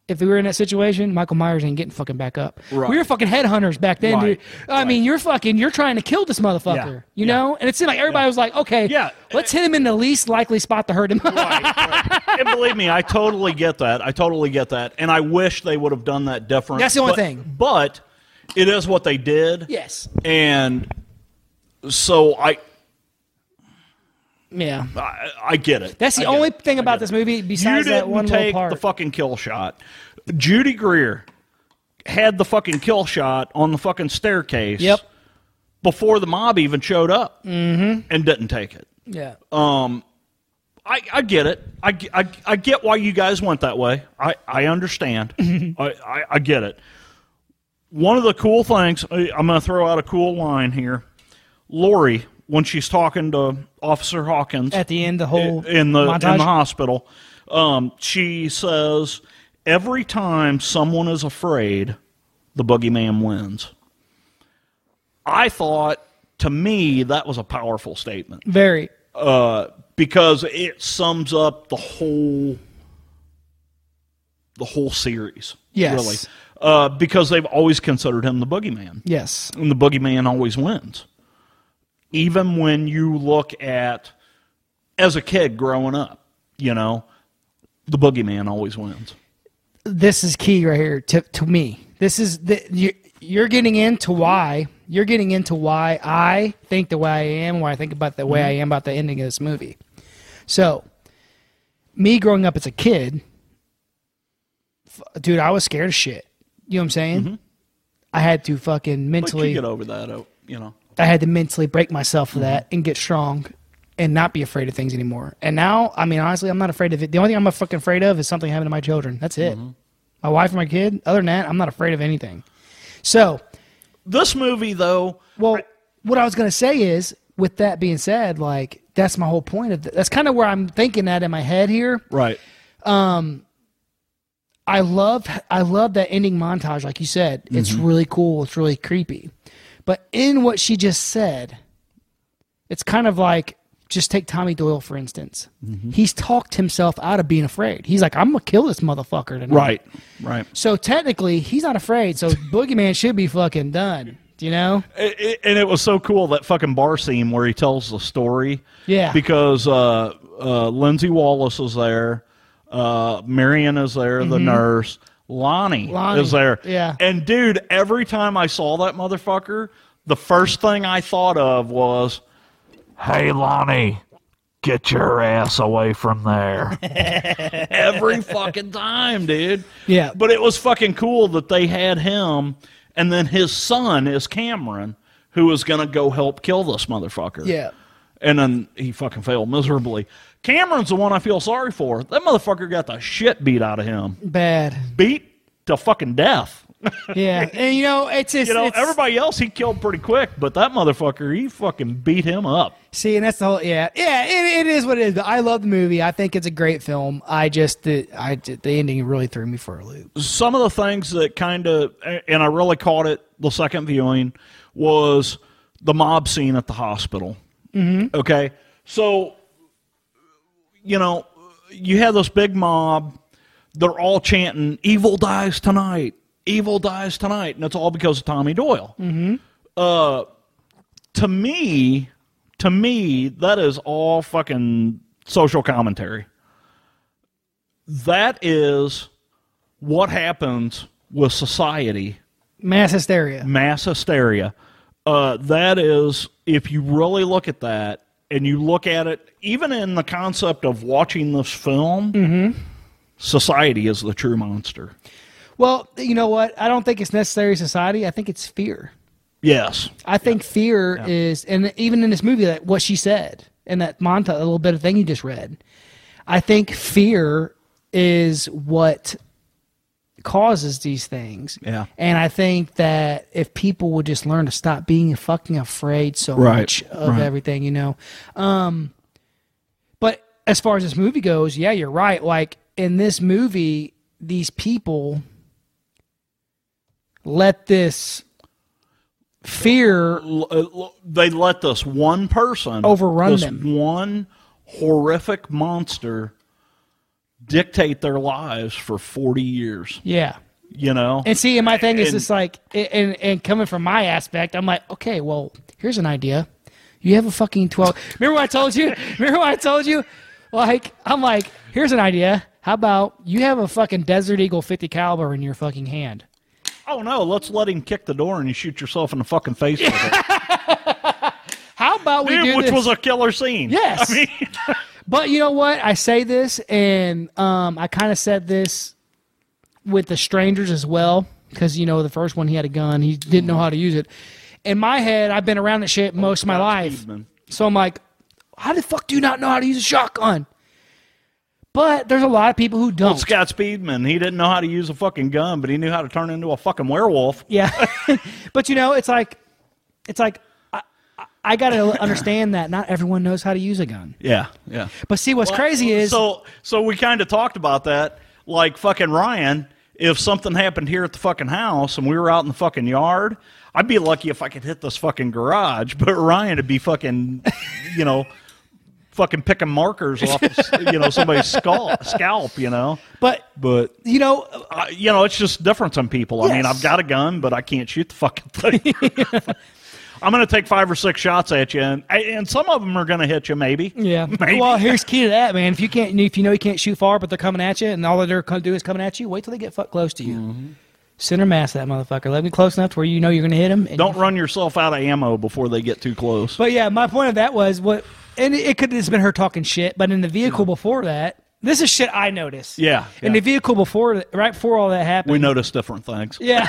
Speaker 1: If we were in that situation, Michael Myers ain't getting fucking back up.
Speaker 2: Right.
Speaker 1: We were fucking headhunters back then,
Speaker 2: Right.
Speaker 1: dude. I mean, you're fucking, you're trying to kill this motherfucker,
Speaker 2: Yeah.
Speaker 1: you
Speaker 2: Yeah.
Speaker 1: know? And it seemed like everybody was like, okay,
Speaker 2: Yeah.
Speaker 1: let's hit him in the least likely spot to hurt him.
Speaker 2: and believe me, I totally get that. I totally get that. And I wish they would have done that different.
Speaker 1: That's the only
Speaker 2: but-
Speaker 1: thing.
Speaker 2: But it is what they did.
Speaker 1: yes.
Speaker 2: And so I
Speaker 1: Yeah.
Speaker 2: I, I get it.
Speaker 1: That's the
Speaker 2: I get
Speaker 1: only
Speaker 2: it.
Speaker 1: thing
Speaker 2: I
Speaker 1: about
Speaker 2: get
Speaker 1: this
Speaker 2: it.
Speaker 1: movie
Speaker 2: You
Speaker 1: besides that one
Speaker 2: didn't
Speaker 1: little
Speaker 2: take
Speaker 1: part.
Speaker 2: the fucking kill shot. Judy Greer had the fucking kill shot on the fucking staircase
Speaker 1: Yep. Mm-hmm.
Speaker 2: before the mob even showed up and didn't take it.
Speaker 1: Yeah.
Speaker 2: I, I get it. I, ge- I, I get why you guys went that way. I, I understand. I, I, I get it. One of the cool things, I, I'm going to throw out a cool line here. Lori, when she's talking to Officer Hawkins
Speaker 1: At the end, the whole
Speaker 2: in the
Speaker 1: montage.
Speaker 2: in the hospital, um, she says every time someone is afraid, the boogeyman wins. I thought, to me, that was a powerful statement
Speaker 1: Very.
Speaker 2: uh, because it sums up the whole the whole series.
Speaker 1: Yes.
Speaker 2: really, uh, because they've always considered him the boogeyman,
Speaker 1: Yes.
Speaker 2: and the boogeyman always wins. Even when you look at as a kid growing up, you know, the boogeyman always wins.
Speaker 1: this is key right here to, to me. This is the, you, you're getting into why you're getting into why I think the way I am, why I think about the way I am about the ending of this movie. So, me growing up as a kid, f- dude, I was scared of shit. You know what I'm saying? I had to fucking
Speaker 2: Mm-hmm. But
Speaker 1: mentally.
Speaker 2: you get over that, oh, you know.
Speaker 1: I had to mentally break myself for that and get strong and not be afraid of things anymore. And now, I mean, honestly, I'm not afraid of it. The only thing I'm fucking afraid of is something happening to my children. That's it. My wife and my kid. Other than that, I'm not afraid of anything. So,
Speaker 2: This movie, though,
Speaker 1: well, what I was gonna say is, with that being said, like that's my whole point of th- that's kind of where I'm thinking that in my head here.
Speaker 2: right?
Speaker 1: I love I love that ending montage, like you said. It's
Speaker 2: Mm-hmm.
Speaker 1: really cool. It's really creepy. But in what she just said, it's kind of like just take Tommy Doyle for instance.
Speaker 2: Mm-hmm.
Speaker 1: He's talked himself out of being afraid. He's like, I'm gonna kill this motherfucker tonight.
Speaker 2: Right, right.
Speaker 1: So technically, he's not afraid. So Boogeyman should be fucking done. You know?
Speaker 2: It- it- and it was so cool that fucking bar scene where he tells the story.
Speaker 1: Yeah.
Speaker 2: Because uh, uh, Lindsay Wallace is there, uh, Marion is there, the nurse, Lonnie,
Speaker 1: Mm-hmm. Lonnie,
Speaker 2: is there.
Speaker 1: yeah.
Speaker 2: And dude, every time I saw that motherfucker, the first thing I thought of was, "Hey, Lonnie." Get your ass away from there. Every fucking time, dude.
Speaker 1: Yeah.
Speaker 2: But it was fucking cool that they had him, and then his son is Cameron, who is going to go help kill this motherfucker.
Speaker 1: Yeah.
Speaker 2: And then he fucking failed miserably. Cameron's the one I feel sorry for. That motherfucker got the shit beat out of him,
Speaker 1: Bad.
Speaker 2: beat to fucking death.
Speaker 1: Yeah. and you know, it's just
Speaker 2: You know,
Speaker 1: it's,
Speaker 2: everybody else he killed pretty quick, but that motherfucker, he fucking beat him up.
Speaker 1: See, and that's the whole yeah, yeah. It, it is what it is. But I love the movie. I think it's a great film. I just the I the ending really threw me for a loop.
Speaker 2: some of the things that kind of and i really caught it the second viewing was the mob scene at the hospital mm-hmm. okay so you know you have this big mob they're all chanting evil dies tonight evil dies tonight and it's all because of tommy doyle mm-hmm. uh, to me to me that is all fucking social commentary that is what happens with society,
Speaker 1: Mass hysteria.
Speaker 2: mass hysteria. Uh, that is, if you really look at that and you look at it, even in the concept of watching this film, society is the true monster.
Speaker 1: Well, you know what? I don't think it's necessary society. I think it's fear.
Speaker 2: Yes.
Speaker 1: I think fear is, and even in this movie, that what she said in that montage, a little bit of thing you just read. I think fear is what causes these things.
Speaker 2: Yeah.
Speaker 1: And I think that if people would just learn to stop being fucking afraid so
Speaker 2: Right,
Speaker 1: much of
Speaker 2: right.
Speaker 1: everything, you know. Um but as far as this movie goes, yeah, you're right. Like in this movie, these people let this fear
Speaker 2: L- uh, l- they let this one person
Speaker 1: Overrun
Speaker 2: this
Speaker 1: them.
Speaker 2: One horrific monster dictate their lives for 40 years,
Speaker 1: yeah
Speaker 2: you know?
Speaker 1: and see and my thing is
Speaker 2: And-
Speaker 1: it's like and and coming from my aspect i'm like okay well here's an idea you have a fucking 12 remember what i told you remember what i told you like i'm like here's an idea how about you have a fucking desert eagle 50 caliber in your fucking hand
Speaker 2: oh no, let's let him kick the door and you shoot yourself in the fucking face with it.
Speaker 1: how about we
Speaker 2: Dude,
Speaker 1: do
Speaker 2: which
Speaker 1: this?
Speaker 2: was a killer scene.
Speaker 1: Yes.
Speaker 2: I mean,
Speaker 1: But you know what? I say this, and um, I kind of said this with the strangers as well, because you know the first one he had a gun, he
Speaker 2: Oh,
Speaker 1: didn't know how to use it. In my head, I've been around that shit most of my life,
Speaker 2: Eastman.
Speaker 1: so I'm like, How the fuck do you not know how to use a shotgun? But there's a lot of people who don't.
Speaker 2: Scott Speedman, he didn't know how to use a fucking gun, but he knew how to turn into a fucking werewolf.
Speaker 1: Yeah, but you know, it's like, it's like, I, I- I gotta understand that not everyone knows how to use a gun.
Speaker 2: Yeah, yeah.
Speaker 1: But see, what's crazy is
Speaker 2: so so we kind of talked about that like fucking Ryan if something happened here at the fucking house and we were out in the fucking yard I'd be lucky if I could hit this fucking garage but Ryan would be fucking you know fucking picking markers off of, you know somebody's skull, scalp you know
Speaker 1: but
Speaker 2: but
Speaker 1: you know,
Speaker 2: uh, you know it's just different some people I mean
Speaker 1: Yes.
Speaker 2: I've got a gun but I can't shoot the fucking thing I'm going to take five or six shots at you and, and some of them are going to hit you maybe
Speaker 1: yeah.
Speaker 2: maybe.
Speaker 1: Well, here's key to that, man. If you can't, if you know you can't shoot far, but they're coming at you, and all they're gonna do is coming at you. Wait till they get fuck close to you.
Speaker 2: Mm-hmm.
Speaker 1: Center mass that motherfucker. Let me close enough to where you know you're gonna hit him.
Speaker 2: Don't run yourself out of ammo before they get too close.
Speaker 1: But yeah, my point of that was what, and it, it could have just been her talking shit. But in the vehicle before that, this is shit I noticed.
Speaker 2: Yeah,
Speaker 1: In
Speaker 2: yeah.
Speaker 1: the vehicle before, th- right before all that happened,
Speaker 2: we notice different things.
Speaker 1: Yeah.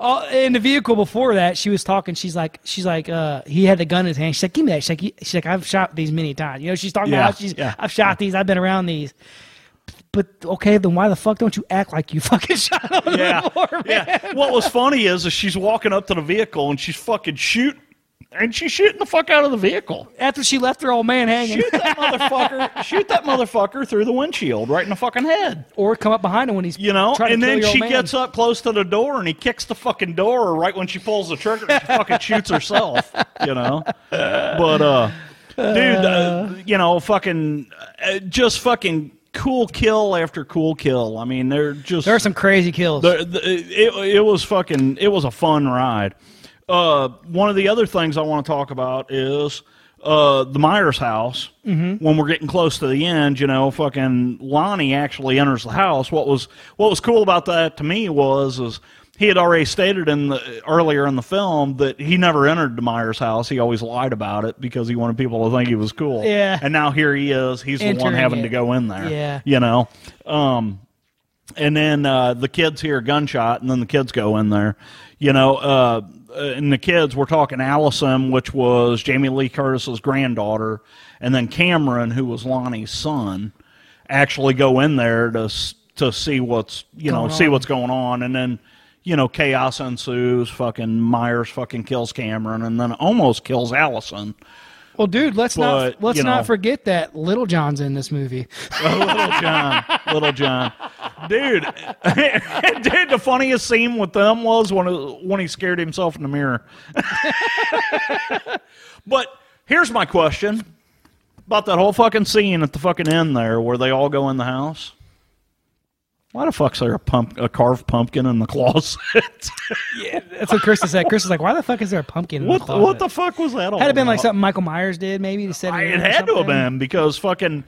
Speaker 1: All, in the vehicle before that, she was talking. She's like, she's like, uh, he had the gun in his hand. She's like, give me that. She's like, "You-" she's like, I've shot these many times. You know, she's talking
Speaker 2: Yeah,
Speaker 1: about how she's,
Speaker 2: yeah.
Speaker 1: I've shot these. I've been around these. But okay, then why the fuck don't you act like you fucking shot them before, man?
Speaker 2: yeah. What was funny is, is she's walking up to the vehicle and she's fucking shoot, and she's shooting the fuck out of the vehicle.
Speaker 1: After she left her old man hanging,
Speaker 2: Shoot that motherfucker! shoot that motherfucker through the windshield, right in the fucking head.
Speaker 1: or come up behind him when he's
Speaker 2: You know,
Speaker 1: trying to
Speaker 2: and
Speaker 1: kill
Speaker 2: then
Speaker 1: your old
Speaker 2: she
Speaker 1: man.
Speaker 2: gets up close to the door and he kicks the fucking door right when she pulls the trigger. and She fucking shoots herself, you know. But uh, dude, uh, you know, fucking, uh, just fucking cool kill after cool kill. I mean, they're just
Speaker 1: There are some crazy kills.
Speaker 2: the, the, it, it was fucking it was a fun ride. Uh, one of the other things I want to talk about is uh, the Myers house. Mm-hmm. When we're getting close to the end, you know, fucking Lonnie actually enters the house. What was what was cool about that to me was is he had already stated in the earlier in the film that he never entered the Myers house. He always lied about it because he wanted people to think he was cool.
Speaker 1: Yeah.
Speaker 2: And now here he is. He's the one
Speaker 1: Entering
Speaker 2: having
Speaker 1: it.
Speaker 2: to go in there.
Speaker 1: Yeah.
Speaker 2: You know. Um and then uh, the kids hear a gunshot, and then the kids go in there. You know, uh, and the kids we're talking Allison, which was Jamie Lee Curtis's granddaughter, and then Cameron, who was Lonnie's son, actually go in there to s- to see what's you know
Speaker 1: Going
Speaker 2: see
Speaker 1: on.
Speaker 2: what's going on, and then you know chaos ensues. Fucking Myers fucking kills Cameron, and then almost kills Allison.
Speaker 1: well, dude, let's
Speaker 2: but,
Speaker 1: not let's
Speaker 2: you know.
Speaker 1: not forget that Little John's in this movie.
Speaker 2: Little John. Little John. Dude, dude, the funniest scene with them was when, when he scared himself in the mirror. but here's my question about that whole fucking scene at the fucking end there where they all go in the house. Why the fuck's there a pump a carved pumpkin in the closet?
Speaker 1: That's what Krista said. Krista's like, why the fuck is there a pumpkin? in the
Speaker 2: what the,
Speaker 1: closet?
Speaker 2: what the fuck was that all
Speaker 1: Had it been like
Speaker 2: about?
Speaker 1: something Michael Myers did, maybe to set it.
Speaker 2: I-
Speaker 1: in or
Speaker 2: It had to have
Speaker 1: something.
Speaker 2: been because fucking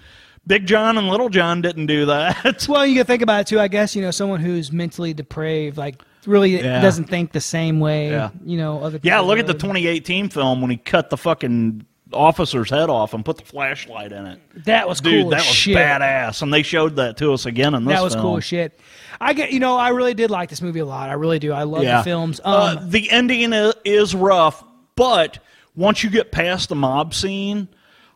Speaker 2: Big John and Little John didn't do that.
Speaker 1: Well, you can think about it too. I guess you know someone who's mentally depraved, like really
Speaker 2: Yeah.
Speaker 1: doesn't think the same way.
Speaker 2: Yeah.
Speaker 1: You know, other
Speaker 2: Yeah,
Speaker 1: people
Speaker 2: look at the
Speaker 1: would.
Speaker 2: 2018 film when he cut the fucking officer's head off and put the flashlight in it.
Speaker 1: That was
Speaker 2: Dude,
Speaker 1: cool.
Speaker 2: that
Speaker 1: as
Speaker 2: was
Speaker 1: shit.
Speaker 2: badass, and they showed that to us again in this.
Speaker 1: That was
Speaker 2: film.
Speaker 1: cool as shit. I get you know I really did like this movie a lot. I really do. I love
Speaker 2: Yeah,
Speaker 1: the films. Um,
Speaker 2: Uh, the ending i- is rough, but once you get past the mob scene,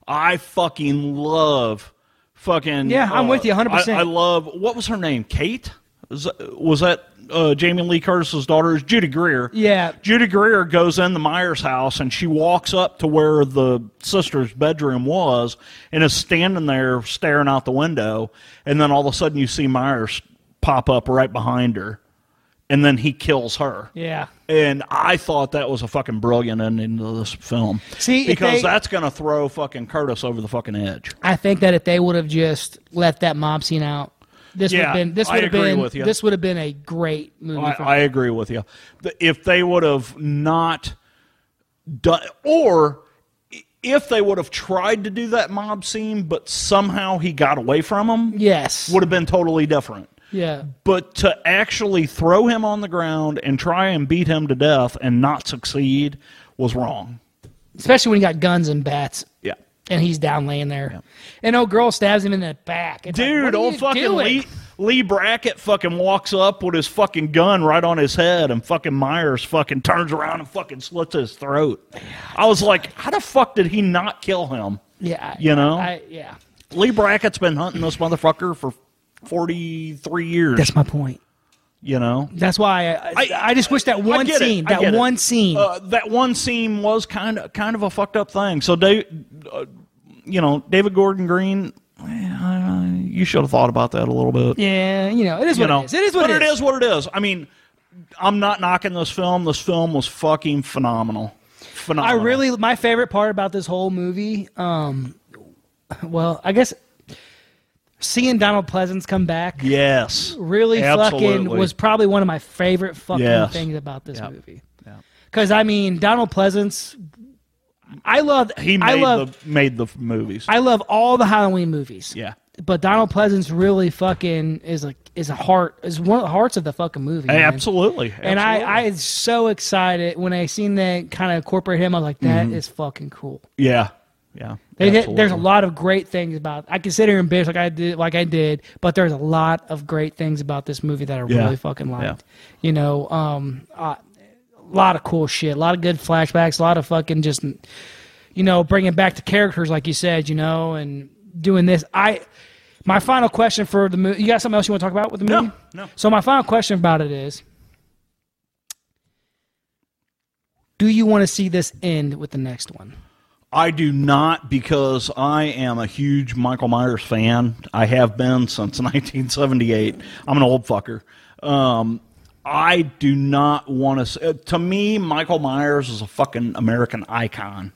Speaker 2: I fucking love fucking.
Speaker 1: Yeah, I'm
Speaker 2: uh,
Speaker 1: with you 100%.
Speaker 2: I, I love what was her name? Kate. Was that, was that uh, Jamie Lee Curtis's daughter? Is Judy Greer?
Speaker 1: Yeah.
Speaker 2: Judy Greer goes in the Myers house and she walks up to where the sister's bedroom was and is standing there staring out the window. And then all of a sudden you see Myers pop up right behind her. And then he kills her.
Speaker 1: yeah.
Speaker 2: And I thought that was a fucking brilliant ending to this film.
Speaker 1: See, if
Speaker 2: because
Speaker 1: they-
Speaker 2: that's going to throw fucking Curtis over the fucking edge.
Speaker 1: I think that if they would have just left that mob scene out, this would
Speaker 2: Yeah,
Speaker 1: have been this
Speaker 2: I
Speaker 1: would have
Speaker 2: agree
Speaker 1: been
Speaker 2: with you.
Speaker 1: this would have been a great movie.
Speaker 2: I,
Speaker 1: for
Speaker 2: I agree with you. The- If they would have not done, or i- if they would have tried to do that mob scene, but somehow he got away from him,
Speaker 1: yes.
Speaker 2: would have been totally different.
Speaker 1: yeah.
Speaker 2: But to actually throw him on the ground and try and beat him to death and not succeed was wrong.
Speaker 1: Especially when you got guns and bats.
Speaker 2: Yeah.
Speaker 1: and he's down laying there. And old girl stabs him in the back. It's like,
Speaker 2: Dude,
Speaker 1: what are
Speaker 2: old
Speaker 1: you
Speaker 2: fucking
Speaker 1: doing?
Speaker 2: Lee, Lee Brackett fucking walks up with his fucking gun right on his head, and fucking Myers fucking turns around and fucking slits his throat. I was like, how the fuck did he not kill him?
Speaker 1: Yeah. I-
Speaker 2: You know?
Speaker 1: I, yeah.
Speaker 2: Lee Brackett's been hunting this motherfucker for 43 years,
Speaker 1: That's my point.
Speaker 2: you know?
Speaker 1: That's why I, I, I just wish that one
Speaker 2: I get it.
Speaker 1: scene,
Speaker 2: I
Speaker 1: that
Speaker 2: get it.
Speaker 1: one scene.
Speaker 2: Uh, that one scene was kind of kind of a fucked up thing. So, Dave, uh, you know, David Gordon Green, eh, you should have thought about that a little bit.
Speaker 1: yeah, you know, it is
Speaker 2: you
Speaker 1: what
Speaker 2: know,
Speaker 1: it is. It is what
Speaker 2: but
Speaker 1: it is.
Speaker 2: What it is. I mean, I'm not knocking this film. This film was fucking phenomenal.
Speaker 1: I
Speaker 2: Phenomenal.
Speaker 1: really, my favorite part about this whole movie, um, well, I guess seeing Donald Pleasance come back
Speaker 2: yes,
Speaker 1: really fucking
Speaker 2: Absolutely.
Speaker 1: was probably one of my favorite fucking
Speaker 2: Yes.
Speaker 1: things about this
Speaker 2: Yep.
Speaker 1: movie. Because I mean, Donald Pleasance, I love
Speaker 2: He made
Speaker 1: I love
Speaker 2: the made the movies.
Speaker 1: I love all the Halloween movies.
Speaker 2: yeah,
Speaker 1: But Donald Pleasance really fucking is like is a heart is one of the hearts of the fucking movie. man.
Speaker 2: absolutely.
Speaker 1: And I, I
Speaker 2: absolutely.
Speaker 1: was so excited when I seen they kind of incorporate him. I was like, that
Speaker 2: Mm-hmm.
Speaker 1: is fucking cool.
Speaker 2: yeah, yeah.
Speaker 1: They- they- there's a
Speaker 2: absolutely.
Speaker 1: lot of great things about. I consider him bitch like I did, like I did, but there's a lot of great things about this movie that I
Speaker 2: Yeah.
Speaker 1: really fucking liked.
Speaker 2: Yeah.
Speaker 1: You know, um, uh, a lot of cool shit, a lot of good flashbacks, a lot of fucking just, you know, bringing back the characters like you said, you know, and doing this. I, my final question for the movie. You got something else you want to talk about with the
Speaker 2: No,
Speaker 1: movie?
Speaker 2: no.
Speaker 1: So my final question about it is. Do you want to see this end with the next one?
Speaker 2: I do not because I am a huge Michael Myers fan. I have been since 1978. I'm an old fucker. Um, I do not want to. To me, Michael Myers is a fucking American icon,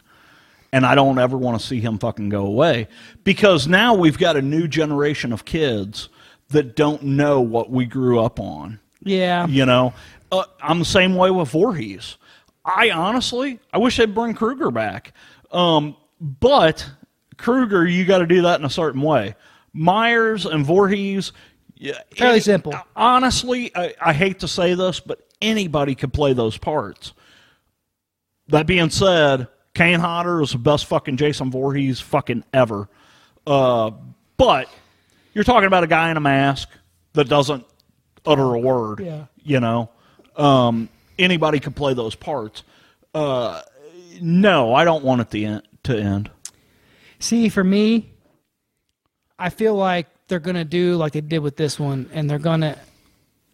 Speaker 2: and I don't ever want to see him fucking go away because now we've got a new generation of kids that don't know what we grew up on.
Speaker 1: Yeah.
Speaker 2: You know, uh, I'm the same way with Voorhees. I honestly, I wish they'd bring Kruger back. Um, but Kruger, you got to do that in a certain way. Myers and Voorhees, yeah,
Speaker 1: Fairly simple.
Speaker 2: Honestly, I, I hate to say this, but anybody could play those parts. That being said, Kane Hodder is the best fucking Jason Voorhees fucking ever. Uh, but you're talking about a guy in a mask that doesn't utter a word.
Speaker 1: Yeah.
Speaker 2: You know, um, anybody could play those parts. Uh, no, I don't want it to end. To end.
Speaker 1: See, for me, I feel like they're gonna do like they did with this one, and they're gonna,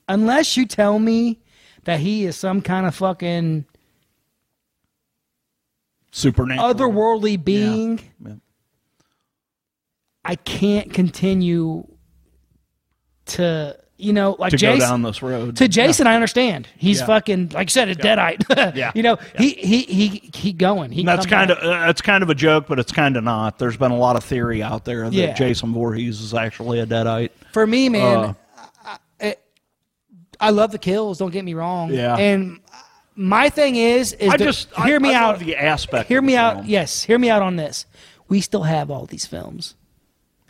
Speaker 1: unless you tell me that he is some kind of fucking
Speaker 2: Supernatural.
Speaker 1: otherworldly being,
Speaker 2: Yeah.
Speaker 1: I can't continue to, you know, like
Speaker 2: To
Speaker 1: Jason.
Speaker 2: go down this road.
Speaker 1: to Jason, I understand. He's
Speaker 2: Yeah.
Speaker 1: fucking like you said, a deadite.
Speaker 2: Yeah.
Speaker 1: You know, he he he he going. He
Speaker 2: And that's
Speaker 1: coming
Speaker 2: kind
Speaker 1: back.
Speaker 2: of uh, that's kind of a joke, but it's kind of not. There's been a lot of theory out there that
Speaker 1: Yeah.
Speaker 2: Jason Voorhees is actually a deadite.
Speaker 1: for me, man.
Speaker 2: Uh.
Speaker 1: I, I, I love the kills. Don't get me wrong.
Speaker 2: Yeah.
Speaker 1: And my thing is, is
Speaker 2: I
Speaker 1: the-
Speaker 2: just I-
Speaker 1: hear me
Speaker 2: I
Speaker 1: out.
Speaker 2: love the aspect.
Speaker 1: hear
Speaker 2: of the
Speaker 1: me out.
Speaker 2: film.
Speaker 1: Yes, hear me out on this. We still have all these films.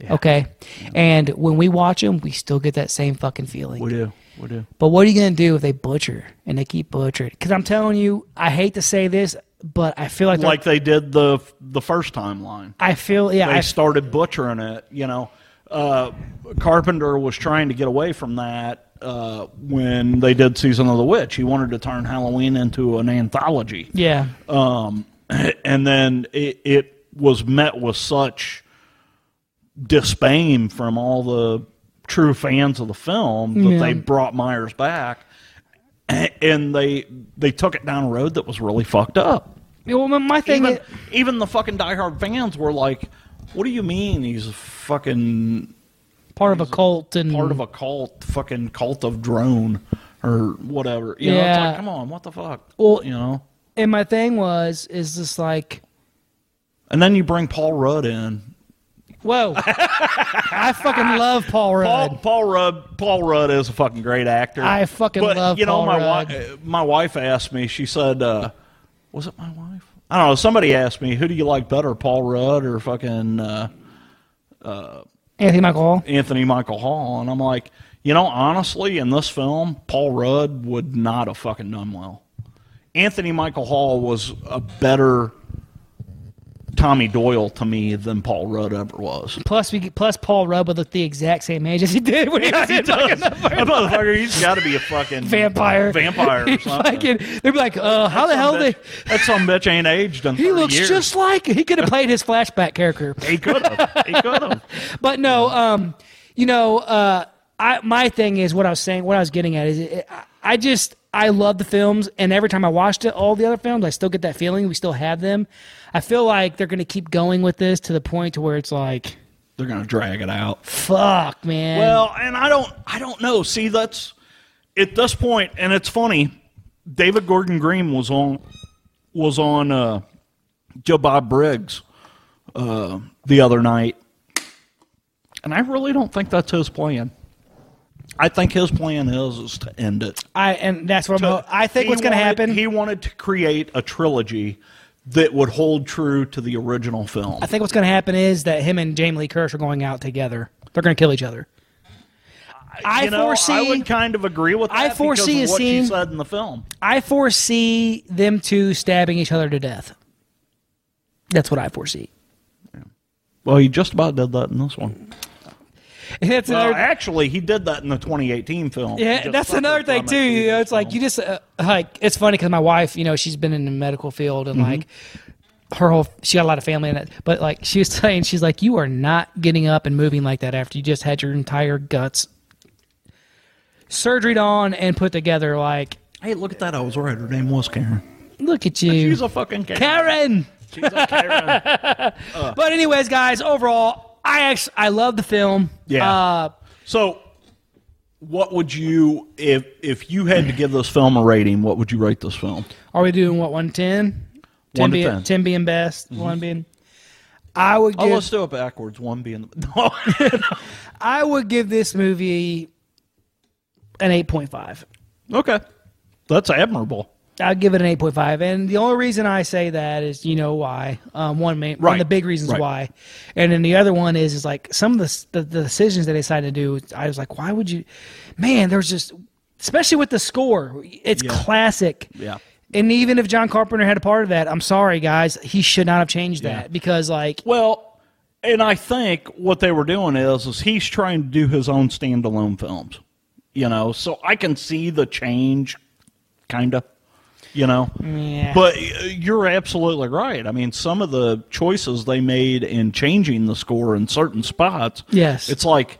Speaker 1: Okay. And when we watch them, we still get that same fucking feeling.
Speaker 2: we do, we do.
Speaker 1: But what are you going to do if they butcher and they keep butchering? Because I'm telling you, I hate to say this, but I feel like, they're-
Speaker 2: Like they did the the first timeline.
Speaker 1: I feel, yeah,
Speaker 2: they
Speaker 1: I,
Speaker 2: started butchering it. You know, uh, Carpenter was trying to get away from that uh, when they did Season of the Witch. He wanted to turn Halloween into an anthology,
Speaker 1: yeah.
Speaker 2: um, and then it, it was met with such disdain from all the true fans of the film that
Speaker 1: Yeah.
Speaker 2: they brought Myers back, and they they took it down a road that was really fucked up
Speaker 1: Well, my- my thing
Speaker 2: even,
Speaker 1: is,
Speaker 2: even the fucking diehard fans were like, "What do you mean he's a fucking
Speaker 1: part of a cult and
Speaker 2: part of a cult, fucking cult of drone or whatever?" You know, it's
Speaker 1: Yeah.
Speaker 2: like, come on, what the fuck?
Speaker 1: Well-
Speaker 2: you know.
Speaker 1: and my thing was is just like
Speaker 2: And then you bring Paul Rudd in.
Speaker 1: whoa i fucking love paul rudd
Speaker 2: Paul, Paul Rudd, Paul Rudd is a fucking great actor.
Speaker 1: I fucking
Speaker 2: but,
Speaker 1: love
Speaker 2: You know,
Speaker 1: Paul
Speaker 2: my
Speaker 1: Rudd.
Speaker 2: wife, my wife asked me. She said, uh, "Was it my wife?" I don't know. Somebody asked me, "Who do you like better, Paul Rudd or fucking?" Uh,
Speaker 1: anthony michael Hall.
Speaker 2: Anthony Michael Hall, and I'm like, you know, honestly, in this film, Paul Rudd would not have fucking done well. Anthony Michael Hall was a better Tommy Doyle to me than Paul Rudd ever was.
Speaker 1: Plus, we plus Paul Rudd with the exact same age as he did when he was in fucking
Speaker 2: That
Speaker 1: the first
Speaker 2: motherfucker, he's got to be a fucking
Speaker 1: vampire.
Speaker 2: Vampire or
Speaker 1: He's
Speaker 2: something.
Speaker 1: fucking, they'd be like, uh, how the hell
Speaker 2: That
Speaker 1: they?
Speaker 2: bitch- That some bitch ain't aged in
Speaker 1: He
Speaker 2: 30
Speaker 1: looks
Speaker 2: years.
Speaker 1: just like he could have played his flashback character.
Speaker 2: He could have. He could have.
Speaker 1: But no, um, you know, uh, I my thing is what I was saying, what I was getting at is, it, I- I just I love the films, and every time I watched it, all the other films, I still get that feeling. We still have them. I feel like they're going to keep going with this to the point to where it's like,
Speaker 2: They're gonna drag it out.
Speaker 1: fuck, man.
Speaker 2: Well, and I don't. I don't know. See, that's at this point, and it's funny. David Gordon Green was on was on uh, Joe Bob Briggs uh, the other night, and I really don't think that's his plan. I think his plan is is to end it.
Speaker 1: I and that's what I'm, I think
Speaker 2: He
Speaker 1: what's going to
Speaker 2: wanted-
Speaker 1: happen.
Speaker 2: He wanted to create a trilogy that would hold true to the original film.
Speaker 1: I think what's going to happen is that him and Jamie Lee Curtis are going out together. They're going to kill each other. I
Speaker 2: You know,
Speaker 1: foresee.
Speaker 2: I would kind of agree with. That
Speaker 1: I foresee
Speaker 2: because
Speaker 1: a
Speaker 2: of what she
Speaker 1: scene-
Speaker 2: said in the film.
Speaker 1: I foresee them two stabbing each other to death. That's what I foresee.
Speaker 2: Well, he just about did that in this one.
Speaker 1: That's
Speaker 2: Well,
Speaker 1: another,
Speaker 2: Uh, actually, he did that in the 2018 film. He
Speaker 1: yeah,
Speaker 2: just
Speaker 1: that's
Speaker 2: suffered
Speaker 1: another thing
Speaker 2: from it
Speaker 1: too.
Speaker 2: in
Speaker 1: You know,
Speaker 2: this
Speaker 1: it's like
Speaker 2: film.
Speaker 1: you just uh, like it's funny because my wife, you know, she's been in the medical field and
Speaker 2: Mm-hmm.
Speaker 1: like her whole she got a lot of family in it, but like she was saying, she's like, you are not getting up and moving like that after you just had your entire guts surgeried on and put together. Like,
Speaker 2: Hey, look at that! I was right. Her name was Karen.
Speaker 1: look at you,
Speaker 2: She's a fucking Karen.
Speaker 1: Karen.
Speaker 2: She's a Karen. Uh.
Speaker 1: But anyways, guys, overall, I actually I love the film.
Speaker 2: Yeah.
Speaker 1: Uh,
Speaker 2: so, what would you if if you had to give this film a rating? What would you rate this film?
Speaker 1: Are we doing what one ten?
Speaker 2: One to Mm-hmm.
Speaker 1: being,
Speaker 2: 10.
Speaker 1: being best, one being. I would
Speaker 2: Oh,
Speaker 1: give.
Speaker 2: let's do it backwards. One being no.
Speaker 1: I would give this movie an eight point five.
Speaker 2: okay, that's admirable.
Speaker 1: I'd give it an eight point five, and the only reason I say that is you know why. Um, one main, one of
Speaker 2: Right.
Speaker 1: the big reasons
Speaker 2: Right.
Speaker 1: why, and then the other one is is like some of the, s- the the decisions they decided to do. I was like, why would you? Man, there's just especially with the score, it's classic.
Speaker 2: Yeah.
Speaker 1: And even if John Carpenter had a part of that, I'm sorry guys, he should not have changed
Speaker 2: Yeah.
Speaker 1: that because like
Speaker 2: Well, and I think what they were doing is is he's trying to do his own standalone films. You know, so I can see the change kind of, you know.
Speaker 1: Yeah.
Speaker 2: But uh, you're absolutely right. I mean, some of the choices they made in changing the score in certain spots.
Speaker 1: Yes.
Speaker 2: It's like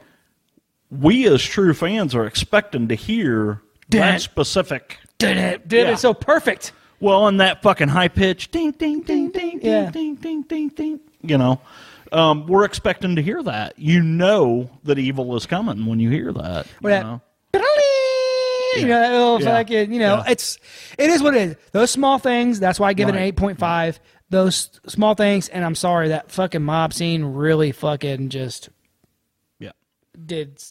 Speaker 2: we as true fans are expecting to hear
Speaker 1: That.
Speaker 2: that specific
Speaker 1: did it did
Speaker 2: Yeah.
Speaker 1: it so perfect.
Speaker 2: well, and that fucking high pitch, ding, ding, ding, ding, ding,
Speaker 1: Yeah.
Speaker 2: ding, ding, ding, ding. You know, um, we're expecting to hear that. You know that evil is coming when you hear that. you
Speaker 1: Or that,
Speaker 2: know?
Speaker 1: you know, that little
Speaker 2: Yeah.
Speaker 1: fucking, you know,
Speaker 2: Yeah.
Speaker 1: it's it is what it is. Those small things. That's why I give it an
Speaker 2: Right.
Speaker 1: eight point five. Those small things, and I'm sorry that fucking mob scene really fucking just
Speaker 2: Yeah.
Speaker 1: did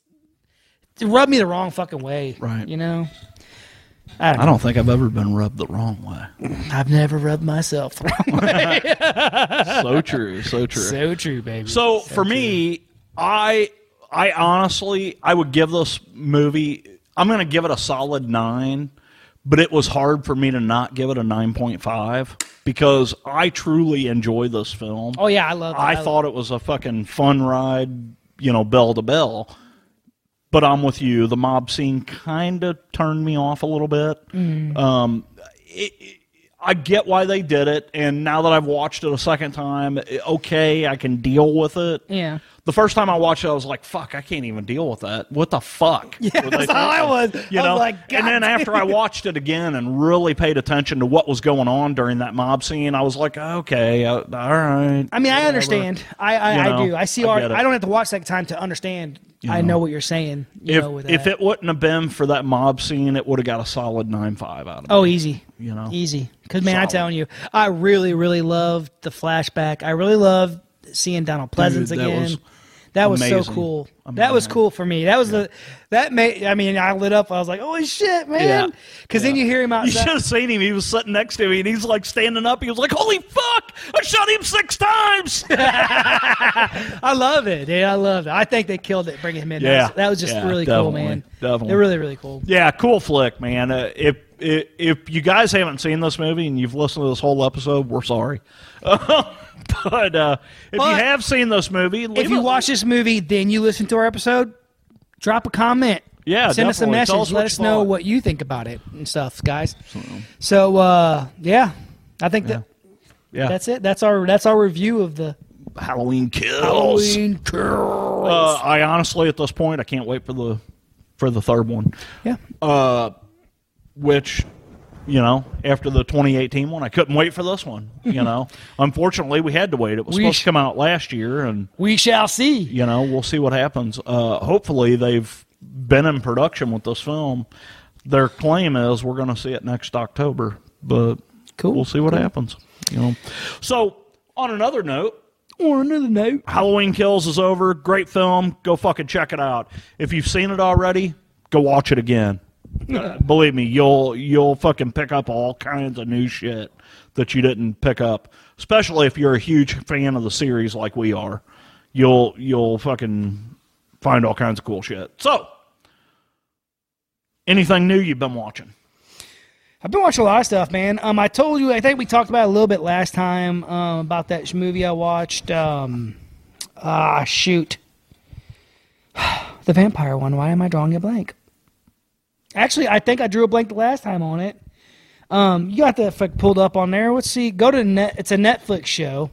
Speaker 1: it rubbed me the wrong fucking way.
Speaker 2: Right.
Speaker 1: You know,
Speaker 2: I don't think I've ever been rubbed the wrong way.
Speaker 1: I've never rubbed myself the wrong way.
Speaker 2: so true. So true. So,
Speaker 1: so true, baby.
Speaker 2: for me, I I honestly I would give this movie. I'm going to give it a solid nine, but it was hard for me to not give it a nine point five because I truly enjoy this film.
Speaker 1: oh yeah, I love.
Speaker 2: I
Speaker 1: love-
Speaker 2: thought it was a fucking fun ride, you know, bell to bell. But I'm with you. The mob scene kind of turned me off a little bit.
Speaker 1: Mm.
Speaker 2: Um, it, it- I get why they did it, and now that I've watched it a second time, i- okay, I can deal with it.
Speaker 1: Yeah.
Speaker 2: The first time I watched it, I was like, "Fuck, I can't even deal with that. What the fuck?" Yeah,
Speaker 1: that's how I was.
Speaker 2: You
Speaker 1: I was
Speaker 2: know,
Speaker 1: like,
Speaker 2: and then
Speaker 1: "God
Speaker 2: after I watched it again and really paid attention to what was going on during that mob scene, I was like, "Okay, uh, all right."
Speaker 1: I mean, I understand. I I,
Speaker 2: You
Speaker 1: I
Speaker 2: know,
Speaker 1: do. I see.
Speaker 2: I
Speaker 1: art.
Speaker 2: get it.
Speaker 1: I don't have to watch that time to understand. I know what you're saying. You
Speaker 2: if,
Speaker 1: know, with
Speaker 2: if
Speaker 1: that.
Speaker 2: it wouldn't have been for that mob scene, it would have got a solid nine five out of
Speaker 1: Oh,
Speaker 2: me.
Speaker 1: easy.
Speaker 2: You know?
Speaker 1: easy. Because man, I'm
Speaker 2: Solid.
Speaker 1: telling you, I really, really loved the flashback. I really loved seeing Donald Pleasance
Speaker 2: that
Speaker 1: again.
Speaker 2: was
Speaker 1: that was so
Speaker 2: amazing.
Speaker 1: cool.
Speaker 2: I mean,
Speaker 1: That was cool for me. That was the that made. I mean, I lit up. I was like, "Holy shit, man!"
Speaker 2: Yeah.
Speaker 1: Because then you hear him
Speaker 2: You
Speaker 1: outside.
Speaker 2: should have seen him. He was sitting next to me, and he's like standing up. He was like, "Holy fuck! I shot him six times."
Speaker 1: I love it, dude. I love it. I think they killed it bringing him in. That
Speaker 2: Yeah.
Speaker 1: was- that was just
Speaker 2: Yeah,
Speaker 1: really cool,
Speaker 2: definitely.
Speaker 1: man.
Speaker 2: Definitely.
Speaker 1: They're really, really cool.
Speaker 2: yeah, cool flick, man. Uh, if, if if you guys haven't seen this movie and you've listened to this whole episode, we're sorry. but uh, if you
Speaker 1: But
Speaker 2: have seen this movie,
Speaker 1: If
Speaker 2: leave
Speaker 1: you
Speaker 2: a-
Speaker 1: watch this movie, then you listen to our episode, drop a comment.
Speaker 2: Yeah,
Speaker 1: Send
Speaker 2: definitely.
Speaker 1: us a
Speaker 2: Tell us
Speaker 1: message.
Speaker 2: what
Speaker 1: Let
Speaker 2: you
Speaker 1: us know
Speaker 2: thought.
Speaker 1: what you think about it and stuff, guys. So, uh, yeah, I think that
Speaker 2: yeah,
Speaker 1: that's it. That's our that's our review of the
Speaker 2: Halloween kills.
Speaker 1: Halloween Kills.
Speaker 2: Uh, I honestly, at this point, I can't wait for the for the third one,
Speaker 1: yeah,
Speaker 2: which you know after the 2018 one, I couldn't wait for this one. You know, unfortunately, we had to wait. It was
Speaker 1: We
Speaker 2: supposed
Speaker 1: sh-
Speaker 2: to come out last year, and
Speaker 1: we shall see.
Speaker 2: you know, we'll see what happens. Uh, hopefully, they've been in production with this film. Their claim is we're going to see it next October, but
Speaker 1: Cool.
Speaker 2: we'll see what happens. You know, so on another note.
Speaker 1: Or another note.
Speaker 2: Halloween Kills is over. Great film. Go fucking check it out. If you've seen it already, go watch it again. Uh, Believe me, you'll you'll fucking pick up all kinds of new shit that you didn't pick up. Especially if you're a huge fan of the series like we are. You'll you'll fucking find all kinds of cool shit. So, anything new you've been watching?
Speaker 1: I've been watching a lot of stuff, man. Um, I told you, I think we talked about it a little bit last time um, about that sh- movie I watched. Um, ah, shoot, the vampire one. Why am I drawing a blank? Actually, I think I drew a blank the last time on it. Um, you got that fuck pulled up on there. Let's see. Go to net. It's a Netflix show.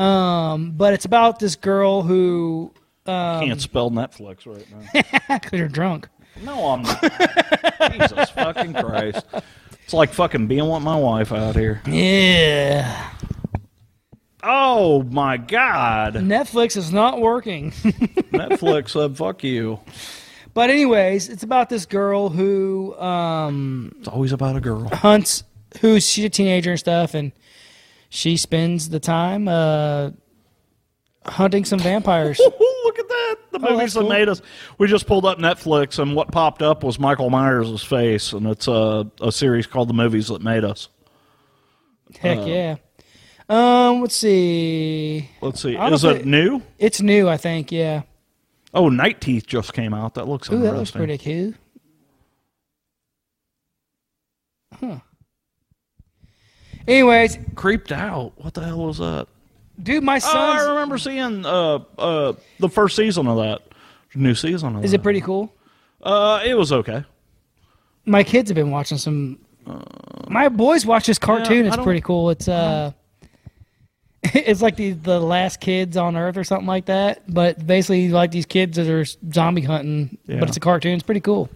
Speaker 1: Um, but it's about this girl who ah,
Speaker 2: Can't spell Netflix right now.
Speaker 1: you're drunk.
Speaker 2: no, I'm not. Jesus fucking Christ. It's like fucking being with my wife out here.
Speaker 1: Yeah.
Speaker 2: Oh my God!
Speaker 1: Netflix is not working.
Speaker 2: Netflix said, "Fuck you."
Speaker 1: But anyways, it's about this girl who um,
Speaker 2: It's always about a girl.
Speaker 1: hunts. Who's she's a teenager and stuff, and she spends the time uh, hunting some vampires.
Speaker 2: Look at that! The movies
Speaker 1: Oh, that's
Speaker 2: that
Speaker 1: cool.
Speaker 2: made us. We just pulled up Netflix, and what popped up was Michael Myers' face, and it's a a series called "The Movies That Made Us."
Speaker 1: Heck
Speaker 2: Uh-huh.
Speaker 1: yeah. Um, let's see.
Speaker 2: Let's see, is
Speaker 1: Honestly-
Speaker 2: it new?
Speaker 1: It's new, I think. Yeah.
Speaker 2: Oh, Night Teeth just came out. That looks
Speaker 1: Ooh,
Speaker 2: interesting.
Speaker 1: that looks pretty cool. Huh. Anyways,
Speaker 2: Creeped out. What the hell was that?
Speaker 1: dude, my
Speaker 2: Oh, I
Speaker 1: son's
Speaker 2: remember seeing uh uh the first season of that. New season of
Speaker 1: is
Speaker 2: that.
Speaker 1: it pretty cool?
Speaker 2: Uh, it was okay.
Speaker 1: my kids have been watching some. my boys watch this cartoon. it's
Speaker 2: I don't- Uh-huh.
Speaker 1: pretty cool. It's uh, it's like the the last kids on Earth or something like that. But basically, like these kids that are zombie hunting,
Speaker 2: Yeah.
Speaker 1: but it's a cartoon. It's pretty cool.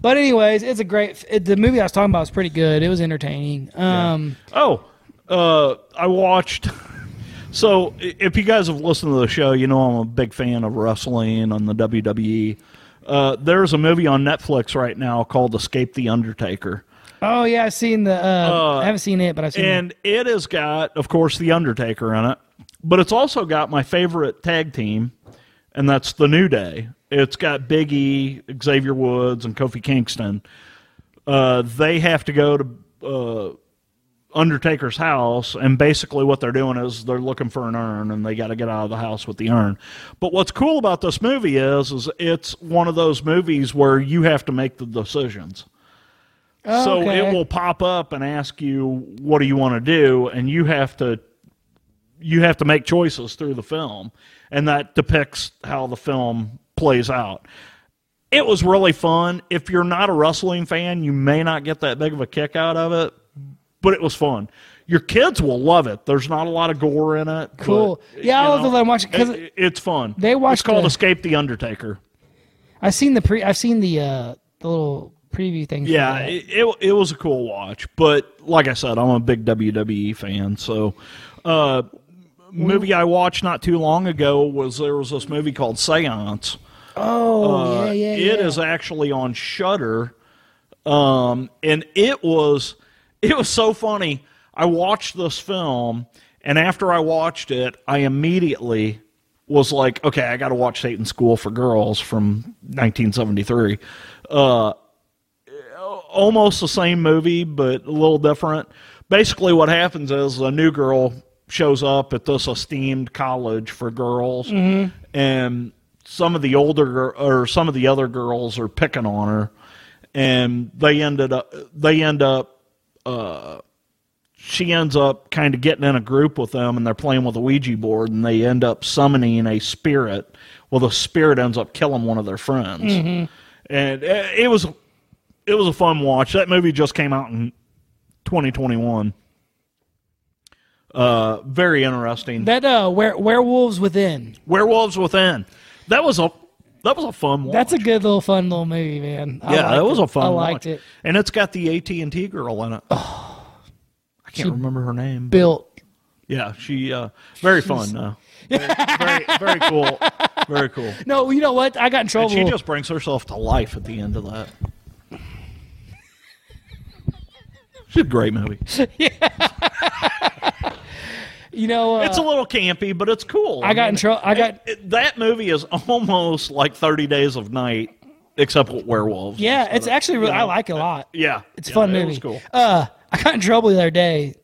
Speaker 1: But anyways, it's a great. It, the movie I was talking about was pretty good. It was entertaining. Um,
Speaker 2: Oh, uh, I watched. So, i- if you guys have listened to the show, you know I'm a big fan of wrestling and the WWE. Uh, there's a movie on Netflix right now called Escape the Undertaker.
Speaker 1: Oh yeah, I've seen the. Uh, I haven't seen it, but I've seen. it.
Speaker 2: And it has got, of course, The Undertaker in it, but it's also got my favorite tag team, and that's The New Day. It's got Big E, Xavier Woods, and Kofi Kingston. Uh, they have to go to uh, Undertaker's house, and basically what they're doing is they're looking for an urn, and they got to get out of the house with the urn. But what's cool about this movie is, is it's one of those movies where you have to make the decisions. So
Speaker 1: Okay.
Speaker 2: it will pop up and ask you what do you want to do, and you have to you have to make choices through the film, and that depicts how the film plays out. It was really fun. If you're not a wrestling fan, you may not get that big of a kick out of it, but it was fun. Your kids will love it. There's not a lot of gore in it. but,
Speaker 1: Cool. Yeah,
Speaker 2: you
Speaker 1: I'll have to
Speaker 2: know,
Speaker 1: let 'em watch it 'cause
Speaker 2: it- it's fun.
Speaker 1: they
Speaker 2: It's
Speaker 1: watched
Speaker 2: called
Speaker 1: the-
Speaker 2: Escape the Undertaker.
Speaker 1: I've seen the pre. I've seen the uh, the little preview thing. for
Speaker 2: Yeah,
Speaker 1: that.
Speaker 2: it, it, it was a cool watch, but like I said, I'm a big WWE fan. So, uh, movie I watched not too long ago was there was this movie called Seance.
Speaker 1: oh yeah,
Speaker 2: Uh,
Speaker 1: yeah, yeah.
Speaker 2: It is actually on Shutter, um, and it was it was so funny. I watched this film, and after I watched it, I immediately was like, okay, I got to watch Satan's School for Girls from 1973. Uh, almost the same movie, but a little different. Basically, what happens is a new girl shows up at this esteemed college for girls, and some of the older gir- or some of the other girls are picking on her, and they ended up they end up she ends up kind of getting in a group with them and they're playing with a Ouija board and they end up summoning a spirit. Well, the spirit ends up killing one of their friends.
Speaker 1: Mm-hmm.
Speaker 2: And it, it was it was a fun watch. That movie just came out in 2021. Uh, very interesting.
Speaker 1: That uh, were, werewolves within.
Speaker 2: Werewolves Within. That was a that was a fun watch.
Speaker 1: That's a good little fun little movie, man. I
Speaker 2: yeah,
Speaker 1: liked
Speaker 2: that was
Speaker 1: it.
Speaker 2: a fun.
Speaker 1: I liked
Speaker 2: watch.
Speaker 1: it.
Speaker 2: And it's got the AT and T girl in it. I can't remember her name.
Speaker 1: Built.
Speaker 2: Yeah, she uh, very fun. Uh, very, very, very cool. Very cool.
Speaker 1: No, you know what? I got in trouble.
Speaker 2: And she just brings herself to life at the end of that. She's a great movie.
Speaker 1: you know, uh,
Speaker 2: It's a little campy, but it's cool.
Speaker 1: I got in trouble. I got
Speaker 2: It- that movie is almost like Thirty Days of Night, except with werewolves.
Speaker 1: yeah. It's actually really, I like it a lot.
Speaker 2: yeah,
Speaker 1: It's a
Speaker 2: yeah,
Speaker 1: fun
Speaker 2: it
Speaker 1: movie.
Speaker 2: was cool
Speaker 1: Uh, I got in trouble the other day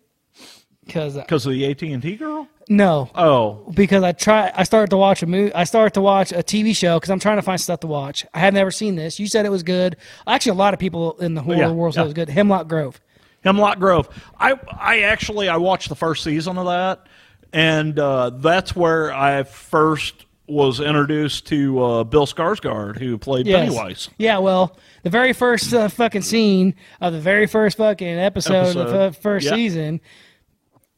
Speaker 1: because
Speaker 2: because of the AT and T girl.
Speaker 1: no,
Speaker 2: Oh,
Speaker 1: because I try. I started to watch a movie. I started to watch a TV show because I'm trying to find stuff to watch. I had never seen this. You said it was good. Actually, a lot of people in the horror
Speaker 2: Yeah,
Speaker 1: world said
Speaker 2: yeah.
Speaker 1: it was good. Hemlock Grove.
Speaker 2: Hemlock Grove. I I actually I watched the first season of that, and uh, that's where I first was introduced to uh, Bill Skarsgård, who played
Speaker 1: Yes.
Speaker 2: Pennywise.
Speaker 1: Yeah. Well, the very first uh, fucking scene of the very first fucking episode, of the
Speaker 2: Episode.
Speaker 1: f- first
Speaker 2: Yeah.
Speaker 1: season,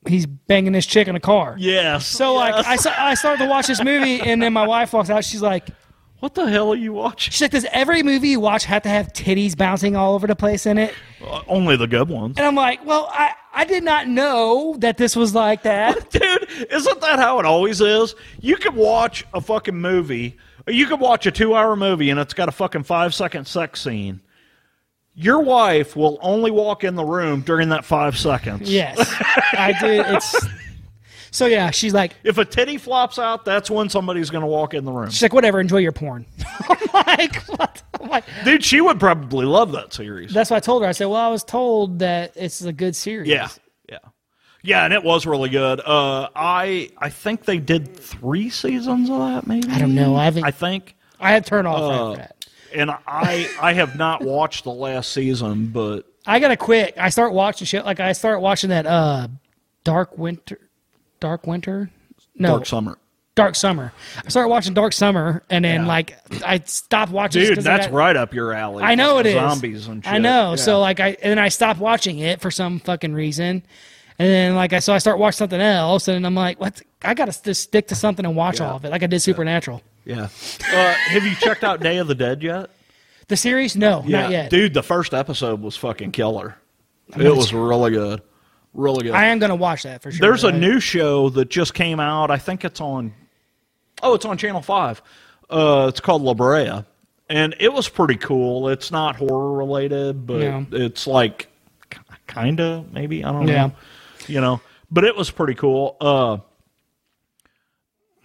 Speaker 1: he's banging this chick in a car.
Speaker 2: Yes.
Speaker 1: So like
Speaker 2: yes.
Speaker 1: I, sa- I started to watch this movie and then my wife walks out. She's like,
Speaker 2: what the hell are you watching?
Speaker 1: she's like, does every movie you watch have to have titties bouncing all over the place in it?
Speaker 2: Uh, only the good ones,
Speaker 1: And I'm like, well, I, I did not know that this was like that.
Speaker 2: dude. Isn't that how it always is? You could watch a fucking movie. You could watch a two-hour movie, and it's got a fucking five-second sex scene. Your wife will only walk in the room during that five seconds.
Speaker 1: Yes, I did. It's so yeah. She's like,
Speaker 2: If a titty flops out, that's when somebody's going to walk in the room.
Speaker 1: she's like, whatever. Enjoy your porn. I'm like, what? I'm like,
Speaker 2: Dude, she would probably love that series.
Speaker 1: that's what I told her. I said, well, I was told that it's a good series.
Speaker 2: yeah. Yeah. Yeah, and it was really good. Uh, I I think they did three seasons of that, maybe. I
Speaker 1: don't know. I haven't-
Speaker 2: I Oh. think,
Speaker 1: I had to turn off after that.
Speaker 2: and I I have not watched the last season, but
Speaker 1: I gotta quit. I start watching shit like I start watching that uh, Dark Winter, Dark Winter, no
Speaker 2: Dark Summer.
Speaker 1: Dark Summer. I started watching Dark Summer, and then like I stopped watching. just
Speaker 2: Dude,
Speaker 1: 'cause I
Speaker 2: that's
Speaker 1: got-
Speaker 2: right up your alley.
Speaker 1: I know it is
Speaker 2: Zombies and shit.
Speaker 1: I know.
Speaker 2: Yeah.
Speaker 1: So like I and then I stopped watching it for some fucking reason, and then like I so I start watching something else, and I'm like, what? I gotta just stick to something and watch all of it, like I did Supernatural.
Speaker 2: yeah. Uh, have you checked out Day of the Dead yet?
Speaker 1: The series? No, not
Speaker 2: Yeah.
Speaker 1: yet.
Speaker 2: Dude, the first episode was fucking killer. It was really good. Really good.
Speaker 1: I am gonna watch that for sure.
Speaker 2: There's a
Speaker 1: but-
Speaker 2: new show that just came out. I think it's on. Oh, it's on Channel Five. Uh, it's called La Brea, and it was pretty cool. It's not horror related, but
Speaker 1: Yeah.
Speaker 2: it's like kind of maybe I don't
Speaker 1: Yeah.
Speaker 2: know. You know, but it was pretty cool. Uh, uh,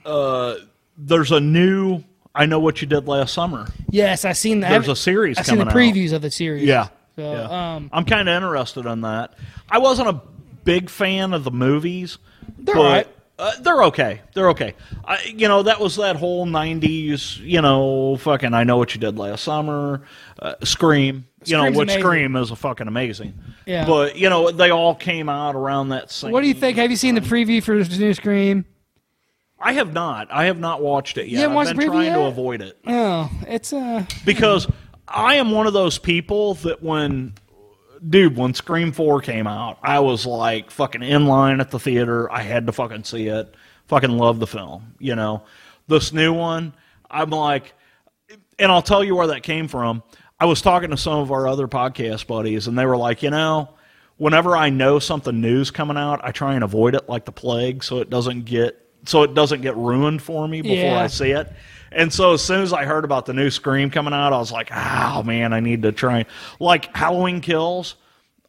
Speaker 2: there's a new. I know what you did last summer.
Speaker 1: Yes, I seen that.
Speaker 2: There's a series
Speaker 1: I seen the
Speaker 2: coming out.
Speaker 1: previews of the series.
Speaker 2: Yeah.
Speaker 1: So,
Speaker 2: yeah.
Speaker 1: um,
Speaker 2: I'm kind of interested in that. I wasn't a big fan of the movies. They're
Speaker 1: all right.
Speaker 2: Uh, they're okay. They're okay. I, you know, that was that whole 90s, you know, fucking I Know What You Did Last Summer, uh, Scream. You know,
Speaker 1: Scream's
Speaker 2: which
Speaker 1: amazing.
Speaker 2: Scream is a fucking amazing.
Speaker 1: Yeah.
Speaker 2: But, you know, they all came out around that same.
Speaker 1: What do you think? Have you seen the preview for the new Scream?
Speaker 2: I have not. I have not watched it yet.
Speaker 1: haven't watched
Speaker 2: I've
Speaker 1: the
Speaker 2: been
Speaker 1: preview
Speaker 2: trying to
Speaker 1: yet?
Speaker 2: avoid it.
Speaker 1: Oh, it's uh,
Speaker 2: because I am one of those people that when dude when Scream 4 came out, I was like fucking in line at the theater. I had to fucking see it. Fucking love the film, you know. This new one, I'm like and I'll tell you where that came from. I was talking to some of our other podcast buddies and they were like, "You know, whenever I know something new's coming out, I try and avoid it like the plague so it doesn't get so it doesn't get ruined for me before
Speaker 1: Yeah.
Speaker 2: I see it. And so as soon as I heard about the new Scream coming out, I was like, oh man, I need to try. Like Halloween Kills,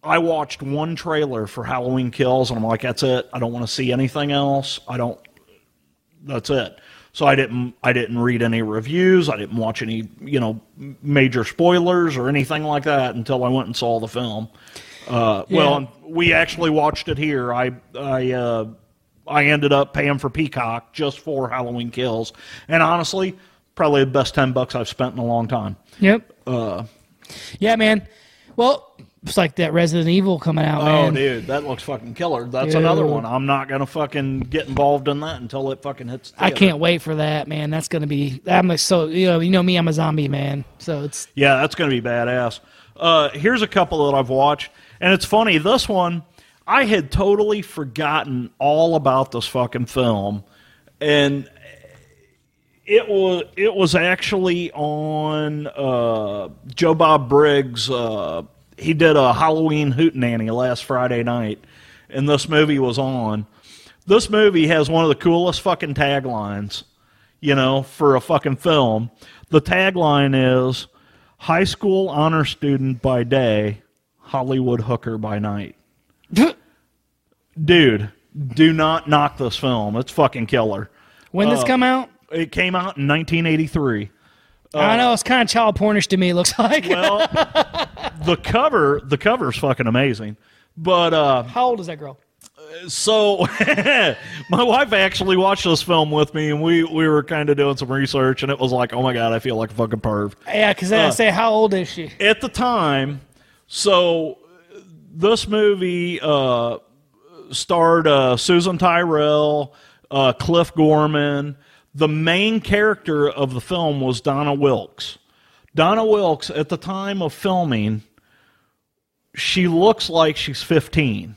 Speaker 2: I watched one trailer for Halloween Kills, and I'm like, that's it. I don't want to see anything else. I don't. That's it. So I didn't I didn't read any reviews. I didn't watch any you know major spoilers or anything like that until I went and saw the film. Uh, Well, we actually watched it here. I I uh, I ended up paying for Peacock just for Halloween Kills, and honestly, probably the best ten bucks I've spent in a long time.
Speaker 1: Yep.
Speaker 2: Uh,
Speaker 1: yeah, man. Well, it's like that Resident Evil coming out,
Speaker 2: Oh,
Speaker 1: man.
Speaker 2: dude, that looks fucking killer. That's another
Speaker 1: Dude.
Speaker 2: one. I'm not gonna fucking get involved in that until it fucking hits.
Speaker 1: I
Speaker 2: theater.
Speaker 1: can't wait for that, man. That's gonna be. I'm a, so you know you know me. I'm a zombie man. So it's
Speaker 2: Yeah, that's going to be badass. Uh, here's a couple that I've watched, and it's funny. This one, I had totally forgotten all about this fucking film, and it was it was actually on uh, Joe Bob Briggs. Uh, he did a Halloween hootenanny last Friday night, and this movie was on. This movie has one of the coolest fucking taglines, you know, for a fucking film. The tagline is "High school honor student by day, Hollywood hooker by night." Dude, do not knock this film. It's fucking killer.
Speaker 1: when
Speaker 2: Uh,
Speaker 1: this come out.
Speaker 2: It came out in 1983.
Speaker 1: I know it's kind of child pornish to me. It looks like.
Speaker 2: uh, Well, the cover the cover's fucking amazing. But uh,
Speaker 1: How old is that girl?
Speaker 2: so my wife actually watched this film with me, and we we were kind of doing some research, and it was like, oh my god, I feel like a fucking perv.
Speaker 1: Yeah, because
Speaker 2: Uh.
Speaker 1: I say, how old is she?
Speaker 2: at the time, so uh, this movie uh, starred uh, Susan Tyrell, uh, Cliff Gorman. The main character of the film was Donna Wilkes. Donna Wilkes, at the time of filming, she looks like she's 15.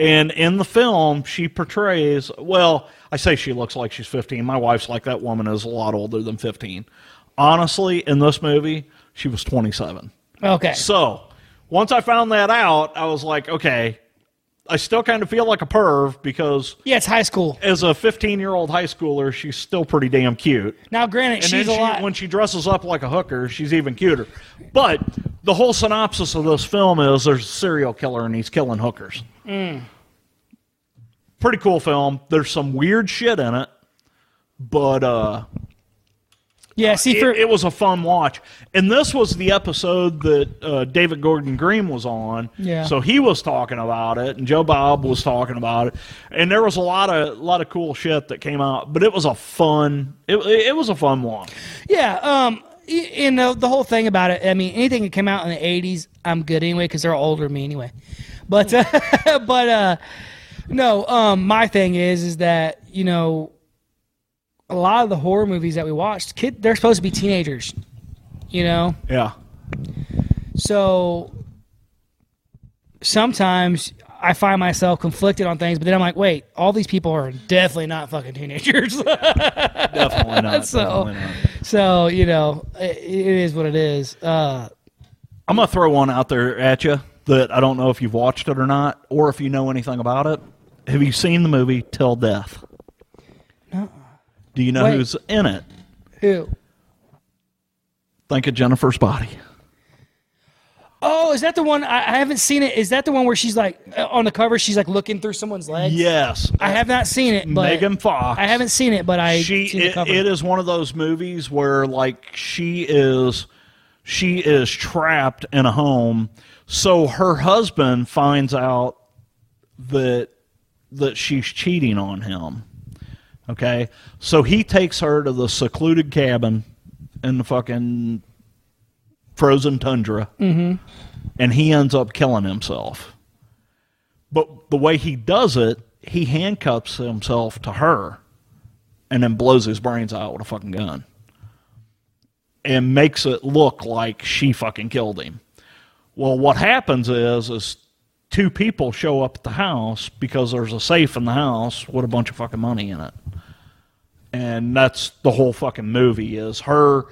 Speaker 2: And in the film, she portrays, well, I say she looks like she's 15. My wife's like, that woman is a lot older than 15. Honestly, in this movie, she was 27.
Speaker 1: Okay.
Speaker 2: So once I found that out, I was like, okay, I still kind of feel like a perv because
Speaker 1: Yeah, it's high school.
Speaker 2: as a 15 year old high schooler, she's still pretty damn cute.
Speaker 1: Now, granted,
Speaker 2: And
Speaker 1: she's
Speaker 2: then
Speaker 1: a
Speaker 2: she,
Speaker 1: lot.
Speaker 2: when she dresses up like a hooker, she's even cuter. But the whole synopsis of this film is there's a serial killer and he's killing hookers.
Speaker 1: Mm.
Speaker 2: Pretty cool film. There's some weird shit in it, but uh,
Speaker 1: yeah, see,
Speaker 2: it,
Speaker 1: for
Speaker 2: it was a fun watch. And this was the episode that uh, David Gordon Green was on.
Speaker 1: Yeah.
Speaker 2: So he was talking about it, and Joe Bob was talking about it, and there was a lot of lot of cool shit that came out. But it was a fun. It, it was a fun watch.
Speaker 1: yeah, um, y- you know the whole thing about it. I mean, anything that came out in the '80s, I'm good anyway because they're older than me anyway. But
Speaker 2: Hmm.
Speaker 1: uh, but uh, no, um, my thing is is that you know a lot of the horror movies that we watched, kid, they're supposed to be teenagers. You know,
Speaker 2: Yeah.
Speaker 1: So sometimes I find myself conflicted on things, but then I'm like, wait, all these people are definitely not fucking teenagers.
Speaker 2: Definitely not.
Speaker 1: So-
Speaker 2: definitely not.
Speaker 1: so you know, it, it is what it is. Uh,
Speaker 2: I'm gonna throw one out there at you that I don't know if you've watched it or not, or if you know anything about it. Have you seen the movie Till Death? No. Do you know
Speaker 1: Wait.
Speaker 2: who's in it?
Speaker 1: who?
Speaker 2: Think of Jennifer's body.
Speaker 1: Oh, is that the one? I, I haven't seen it. Is that the one where she's like uh, on the cover? She's like looking through someone's legs.
Speaker 2: Yes,
Speaker 1: I have not seen it, but
Speaker 2: Megan Fox.
Speaker 1: I haven't seen it, but I
Speaker 2: She
Speaker 1: seen the
Speaker 2: it-
Speaker 1: cover.
Speaker 2: it is one of those movies where like she is she is trapped in a home, so her husband finds out that that she's cheating on him. Okay, so he takes her to the secluded cabin in the fucking frozen tundra,
Speaker 1: Mm-hmm.
Speaker 2: and he ends up killing himself. But the way he does it, he handcuffs himself to her and then blows his brains out with a fucking gun and makes it look like she fucking killed him. Well, what happens is is two people show up at the house because there's a safe in the house with a bunch of fucking money in it. And that's the whole fucking movie is her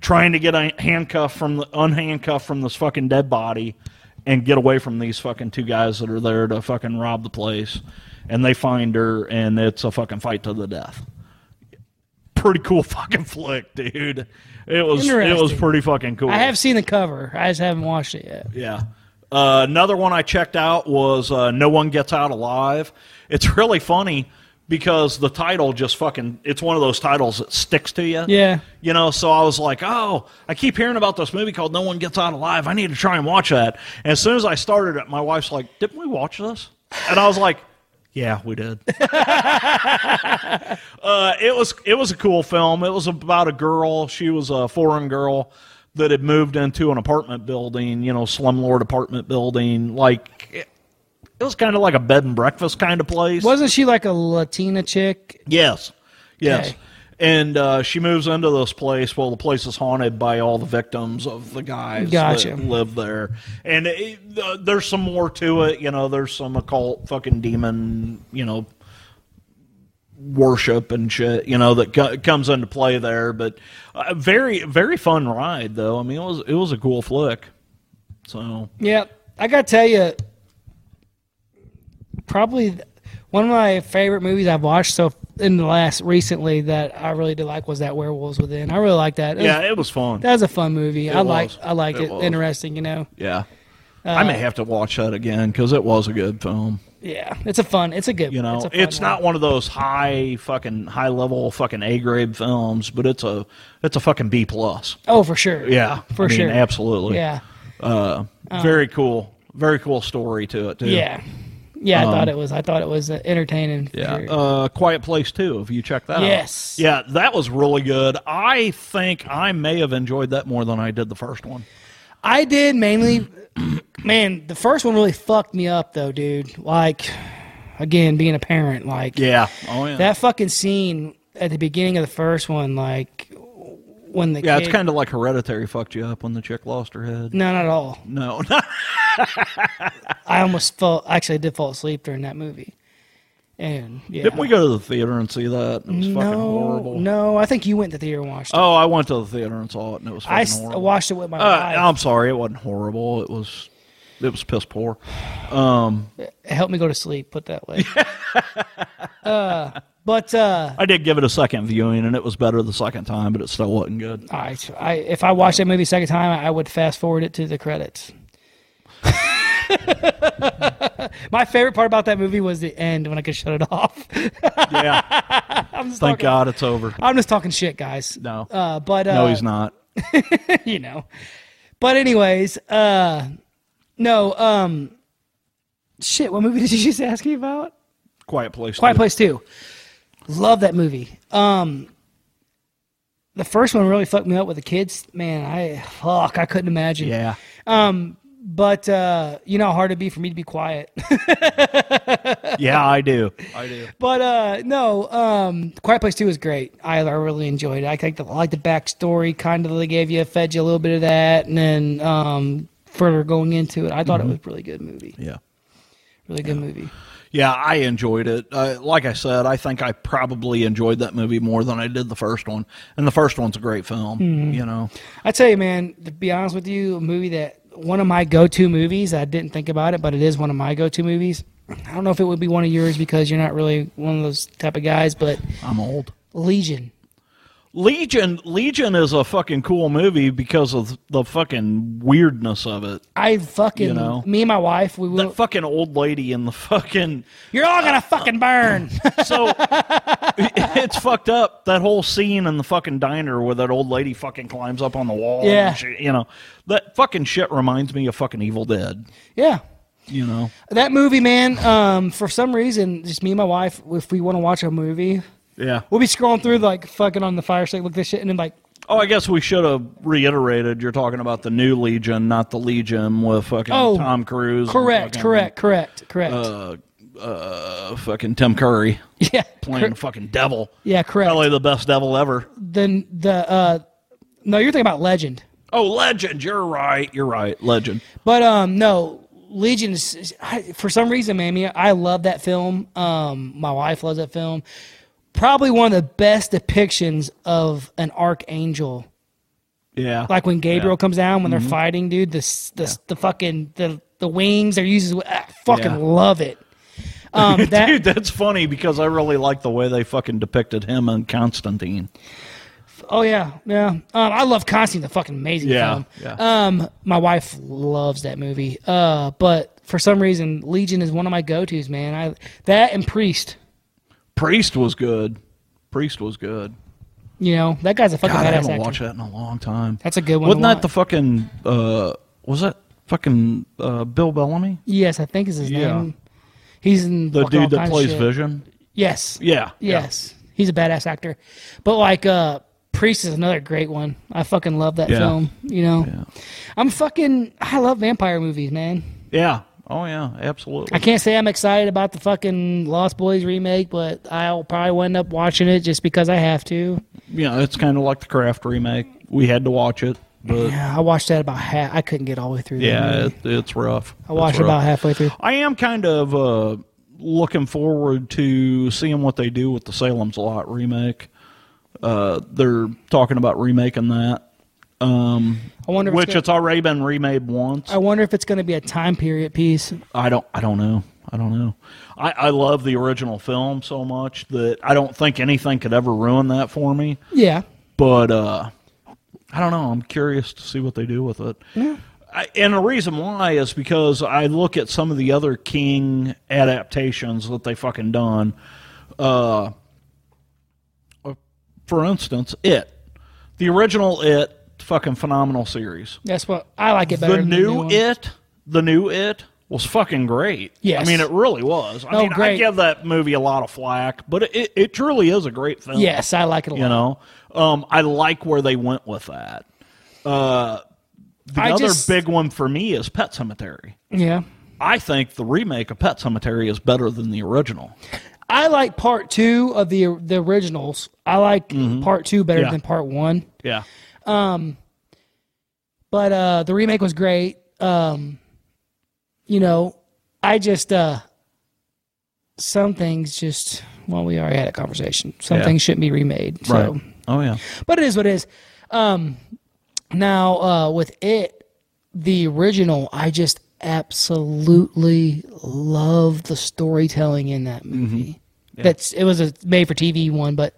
Speaker 2: trying to get a handcuff from the unhandcuff from this fucking dead body and get away from these fucking two guys that are there to fucking rob the place. And they find her and it's a fucking fight to the death pretty cool fucking flick, dude. It was it was
Speaker 1: Interesting.
Speaker 2: pretty fucking cool.
Speaker 1: I have seen the cover. I just haven't watched it yet.
Speaker 2: yeah. Uh, another one I checked out was uh, No One Gets Out Alive. It's really funny because the title just fucking it's one of those titles that sticks to you.
Speaker 1: Yeah.
Speaker 2: You know, so I was like, "Oh, I keep hearing about this movie called No One Gets Out Alive. I need to try and watch that." And as soon as I started it, my wife's like, "Didn't we watch this?" And I was like, "Yeah, we did." uh, it was it was a cool film. It was about a girl. She was a foreign girl that had moved into an apartment building, you know, slumlord apartment building. Like it, it was kind of like a bed and breakfast kind of place.
Speaker 1: Wasn't she like a Latina chick?
Speaker 2: Yes. Yes.
Speaker 1: Okay.
Speaker 2: And uh, she moves into this place. Well, the place is haunted by all the victims of the guys
Speaker 1: Gotcha.
Speaker 2: that live there. And it, uh, there's some more to it. You know, there's some occult fucking demon, you know, worship and shit, you know, that co- comes into play there. But uh, very, very fun ride, though. I mean, it was it was a cool flick. So
Speaker 1: Yeah, I gotta tell you, probably th- one of my favorite movies I've watched so in the last recently that I really did like was that Werewolves Within. I really like that. It was-
Speaker 2: yeah, it was fun.
Speaker 1: that was a fun movie. I like
Speaker 2: was.
Speaker 1: I like
Speaker 2: It
Speaker 1: it.
Speaker 2: was.
Speaker 1: Interesting, you know.
Speaker 2: yeah, I
Speaker 1: Uh,
Speaker 2: may have to watch that again because it was a good film.
Speaker 1: Yeah, it's a fun. It's a good.
Speaker 2: You know,
Speaker 1: it's, a
Speaker 2: it's,
Speaker 1: fun one.
Speaker 2: not one of those high fucking high level fucking A grade films, but it's a it's a fucking B plus.
Speaker 1: Oh, for sure.
Speaker 2: Yeah,
Speaker 1: for
Speaker 2: I mean,
Speaker 1: sure.
Speaker 2: absolutely.
Speaker 1: Yeah, Uh-huh.
Speaker 2: uh, very cool, very cool story to it too.
Speaker 1: yeah, yeah. I thought it was. I thought it was uh, entertaining. for
Speaker 2: Um, Yeah.
Speaker 1: sure.
Speaker 2: Uh, Quiet Place too. If you check that out.
Speaker 1: Yes.
Speaker 2: Yeah, that was really good. I think I may have enjoyed that more than I did the first one.
Speaker 1: I did mainly. man, the first one really fucked me up though, dude. Like, again, being a parent, like,
Speaker 2: Yeah. Oh yeah.
Speaker 1: that fucking scene at the beginning of the first one, like, when the
Speaker 2: yeah,
Speaker 1: kid,
Speaker 2: it's kind of like Hereditary fucked you up when the chick lost her head.
Speaker 1: no, not at all.
Speaker 2: No.
Speaker 1: I almost fell. Actually, I did fall asleep during that movie. And yeah,
Speaker 2: Didn't we go to the theater and see that? It was
Speaker 1: no,
Speaker 2: fucking horrible.
Speaker 1: no, I think you went to the theater and watched. it.
Speaker 2: Oh, I went to the theater and saw it, and it was fucking
Speaker 1: I s-
Speaker 2: horrible.
Speaker 1: watched it with my
Speaker 2: Uh,
Speaker 1: wife.
Speaker 2: I'm sorry, it wasn't horrible. It was, it was piss poor.
Speaker 1: It helped me go to sleep. Put that way. uh, but uh,
Speaker 2: I did give it a second viewing, and it was better the second time, but it still wasn't good.
Speaker 1: I, I, if I watched that movie a second time, I would fast forward it to the credits. my favorite part about that movie was the end when I could shut it off.
Speaker 2: Yeah,
Speaker 1: I'm just
Speaker 2: thank
Speaker 1: talking,
Speaker 2: God it's over.
Speaker 1: I'm just talking shit, guys.
Speaker 2: No,
Speaker 1: Uh, but uh,
Speaker 2: no, he's not.
Speaker 1: you know. But anyways, uh, no. Um, shit. What movie did you just ask me about?
Speaker 2: Quiet place.
Speaker 1: Quiet
Speaker 2: too.
Speaker 1: Place Two. Love that movie. Um, the first one really fucked me up with the kids. Man, I fuck, I couldn't imagine.
Speaker 2: Yeah,
Speaker 1: But uh, you know how hard it'd be for me to be quiet.
Speaker 2: yeah, I do. I do.
Speaker 1: but uh, no, um, Quiet Place Two is great. I, I really enjoyed it. I like the I like the backstory kind of they gave you, fed you a little bit of that, and then um, further going into it, I thought it was a really good movie.
Speaker 2: Yeah,
Speaker 1: Really good movie.
Speaker 2: Mm-hmm. yeah, I enjoyed it. Uh, like I said, I think I probably enjoyed that movie more than I did the first one, and the first one's a great film.
Speaker 1: Hmm.
Speaker 2: You know.
Speaker 1: I tell you, man, to be honest with you, a movie that one of my go-to movies. I didn't think about it, but it is one of my go-to movies. I don't know if it would be one of yours because you're not really one of those type of guys, but
Speaker 2: I'm old.
Speaker 1: Legion.
Speaker 2: Legion Legion is a fucking cool movie because of the fucking weirdness of it.
Speaker 1: I fucking
Speaker 2: You know.
Speaker 1: me and my wife. We will.
Speaker 2: That fucking old lady in the fucking
Speaker 1: you're all gonna fucking burn.
Speaker 2: so it's fucked up. That whole scene in the fucking diner where that old lady fucking climbs up on the wall.
Speaker 1: Yeah.
Speaker 2: and she- you know that fucking shit reminds me of fucking Evil Dead.
Speaker 1: yeah,
Speaker 2: You know,
Speaker 1: that movie, man. Um, for some reason, just me and my wife. If we want to watch a movie,
Speaker 2: yeah.
Speaker 1: we'll be scrolling through like fucking on the fire stick, look this shit, and then like,
Speaker 2: Oh, I guess we should have reiterated. You're talking about the new Legion, not the Legion with fucking
Speaker 1: Oh,
Speaker 2: Tom Cruise. and
Speaker 1: correct,
Speaker 2: fucking,
Speaker 1: correct, correct, correct.
Speaker 2: Uh, fucking Tim Curry
Speaker 1: yeah,
Speaker 2: playing
Speaker 1: cor-
Speaker 2: the fucking devil.
Speaker 1: yeah, correct.
Speaker 2: Probably the best devil ever.
Speaker 1: the the uh no you're thinking about legend
Speaker 2: Oh, legend. You're right. You're right. Legend.
Speaker 1: but um no legion is, is- I, for some reason man me- i love that film um my wife loves that film probably one of the best depictions of an archangel
Speaker 2: Yeah.
Speaker 1: like when gabriel
Speaker 2: Yeah. Mm-hmm.
Speaker 1: comes down when they're fighting dude the s- the, s- the fucking the the wings they're using i fucking
Speaker 2: Yeah.
Speaker 1: love it um that
Speaker 2: Dude, that's funny because I really like the way they fucking depicted him and Constantine.
Speaker 1: oh yeah yeah um i love constantine the fucking amazing film
Speaker 2: Yeah.
Speaker 1: Um, my wife loves that movie. Uh, but for some reason, Legion is one of my go tos, man. I that and Priest.
Speaker 2: Priest was good. Priest was good.
Speaker 1: You know that guy's a fucking
Speaker 2: God, I
Speaker 1: badass
Speaker 2: haven't
Speaker 1: actor.
Speaker 2: watched that in a long time.
Speaker 1: That's a good one to
Speaker 2: Wasn't that
Speaker 1: watch.
Speaker 2: the fucking? Uh, was that fucking uh, Bill Bellamy?
Speaker 1: Yes, I think is his
Speaker 2: Yeah.
Speaker 1: name. He's in
Speaker 2: The
Speaker 1: fucking all
Speaker 2: dude that
Speaker 1: kinds of
Speaker 2: plays
Speaker 1: shit.
Speaker 2: Vision.
Speaker 1: Yes.
Speaker 2: Yeah.
Speaker 1: Yes. He's a badass actor. But like uh Priest is another great one. I fucking love that
Speaker 2: Yeah.
Speaker 1: film. You know?
Speaker 2: Yeah.
Speaker 1: I'm fucking I love vampire movies, man.
Speaker 2: Yeah. Oh yeah.
Speaker 1: I
Speaker 2: Absolutely.
Speaker 1: can't say I'm excited about the fucking Lost Boys remake, but I'll probably end up watching it just because I have to.
Speaker 2: Yeah. It's kind of like the Craft remake. We had to watch it, but
Speaker 1: Yeah, I watched that about half I couldn't get all the way through that
Speaker 2: yeah,
Speaker 1: movie.
Speaker 2: it, it's rough.
Speaker 1: I watched
Speaker 2: It's rough.
Speaker 1: about halfway through.
Speaker 2: I am kind of uh, looking forward to seeing what they do with the Salem's Lot remake. Uh, they're talking about remaking that, um,
Speaker 1: I wonder if
Speaker 2: which
Speaker 1: it's gonna,
Speaker 2: it's already been remade once.
Speaker 1: I wonder if it's gonna be a time period piece.
Speaker 2: I don't. I don't know. I don't know. I, I love the original film so much that I don't think anything could ever ruin that for me.
Speaker 1: Yeah.
Speaker 2: But uh, I don't know. I'm curious to see what they do with it. I, and the reason why is because I look at some of the other King adaptations that they fucking done. Uh, for instance, It, the original It, fucking phenomenal series.
Speaker 1: That's what I like it better.
Speaker 2: The
Speaker 1: than the
Speaker 2: new
Speaker 1: one.
Speaker 2: It, the new It was fucking great.
Speaker 1: Yes.
Speaker 2: I mean it really was. I
Speaker 1: Oh,
Speaker 2: mean
Speaker 1: great.
Speaker 2: I give that movie a lot of flack, but it, it truly is a great film.
Speaker 1: Yes, I like it a lot.
Speaker 2: You know, um, I like where they went with that. Uh, the
Speaker 1: I
Speaker 2: other
Speaker 1: just-
Speaker 2: big one for me is Pet Cemetery.
Speaker 1: Yeah.
Speaker 2: I think the remake of Pet Cemetery is better than the original.
Speaker 1: I like part two of the the originals. I like part two better
Speaker 2: Mm-hmm. Yeah.
Speaker 1: than part one.
Speaker 2: Yeah.
Speaker 1: But uh, the remake was great. Um, you know, I just uh, some things just well, we already had a conversation. Some
Speaker 2: Yeah.
Speaker 1: things shouldn't be remade. So,
Speaker 2: Oh yeah.
Speaker 1: but it is what it is. Um, now uh, with it, the original, I just absolutely love the storytelling in that
Speaker 2: Mm-hmm.
Speaker 1: movie. That's it was a made for TV one, but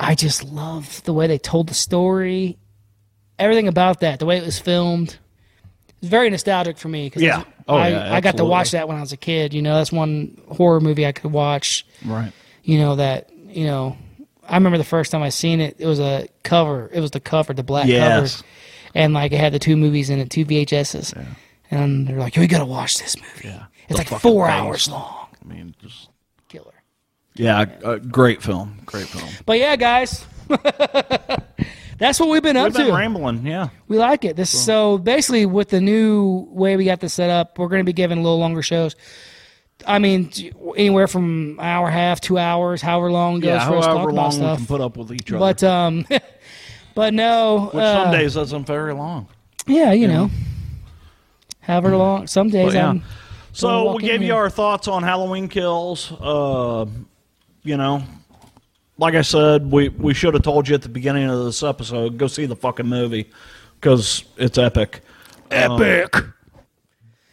Speaker 1: I just love the way they told the story, everything about that, the way it was filmed. It's very nostalgic for me because
Speaker 2: Yeah. Oh,
Speaker 1: I,
Speaker 2: yeah,
Speaker 1: I got to
Speaker 2: absolutely.
Speaker 1: watch that when I was a kid. You know, that's one horror movie I could watch
Speaker 2: Right.
Speaker 1: you know that you know i remember the first time i seen it it was a cover it was the cover the black
Speaker 2: Yes.
Speaker 1: cover and like it had the two movies in it two vhs's and they're like you gotta watch this movie
Speaker 2: Yeah.
Speaker 1: it's
Speaker 2: The
Speaker 1: like
Speaker 2: fucking
Speaker 1: four
Speaker 2: things.
Speaker 1: hours long
Speaker 2: I mean, just
Speaker 1: killer
Speaker 2: yeah, uh, great film. Great film.
Speaker 1: but yeah guys that's what we've been up
Speaker 2: We've been
Speaker 1: to
Speaker 2: rambling. Yeah.
Speaker 1: we like it this so basically with the new way we got this set up we're gonna be giving a little longer shows I mean, j- anywhere from an hour and a half, two hours, however long it goes
Speaker 2: Yeah.
Speaker 1: for us to talk
Speaker 2: However
Speaker 1: about
Speaker 2: long we
Speaker 1: stuff.
Speaker 2: can put up with each other.
Speaker 1: But um, but no.
Speaker 2: Which
Speaker 1: uh,
Speaker 2: some days isn't very long.
Speaker 1: Yeah, you know. However long. Some days um,
Speaker 2: But yeah.
Speaker 1: I'm.
Speaker 2: So
Speaker 1: walk
Speaker 2: we
Speaker 1: in
Speaker 2: gave you
Speaker 1: here.
Speaker 2: our thoughts on Halloween kills. Uh, you know, like I said, we, we should have told you at the beginning of this episode go see the fucking movie because it's epic. Epic.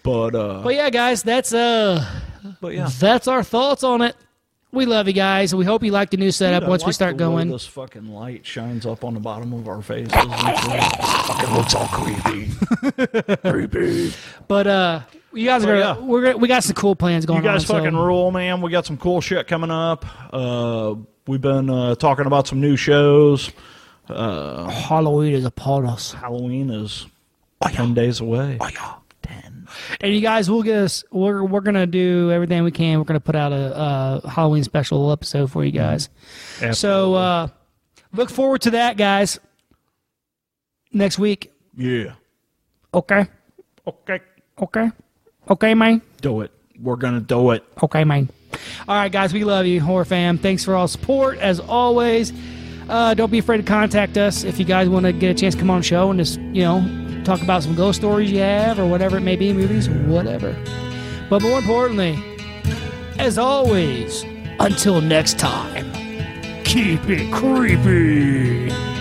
Speaker 2: but uh,
Speaker 1: But yeah, guys, that's uh,
Speaker 2: but yeah,
Speaker 1: that's our thoughts on it. We love you guys. We hope you like the new setup.
Speaker 2: I
Speaker 1: Once we
Speaker 2: like
Speaker 1: start
Speaker 2: the way
Speaker 1: going,
Speaker 2: this fucking light shines up on the bottom of our faces. It fucking looks all creepy. creepy.
Speaker 1: but uh, you guys are
Speaker 2: Oh, yeah.
Speaker 1: we're gonna- we got some cool plans going
Speaker 2: You guys
Speaker 1: on. so-
Speaker 2: fucking rule, man. We got some cool shit coming up. Uh, we've been uh, talking about some new shows.
Speaker 1: Halloween is upon us,
Speaker 2: Halloween is ten days away. Ten.
Speaker 1: and you guys will get us. We're we're gonna do everything we can. We're gonna put out a uh, Halloween special episode for you
Speaker 2: Mm-hmm.
Speaker 1: guys. So uh, look forward to that, guys. Next week.
Speaker 2: yeah.
Speaker 1: Okay.
Speaker 2: Okay.
Speaker 1: Okay. Okay, man.
Speaker 2: Do it. We're gonna do it.
Speaker 1: Okay, man. All right, guys, we love you, horror fam. Thanks for all support as always. Uh, don't be afraid to contact us if you guys want to get a chance to come on the show and just you know talk about some ghost stories you have or whatever it may be, movies, whatever. But more importantly, as always, until next time, keep it creepy.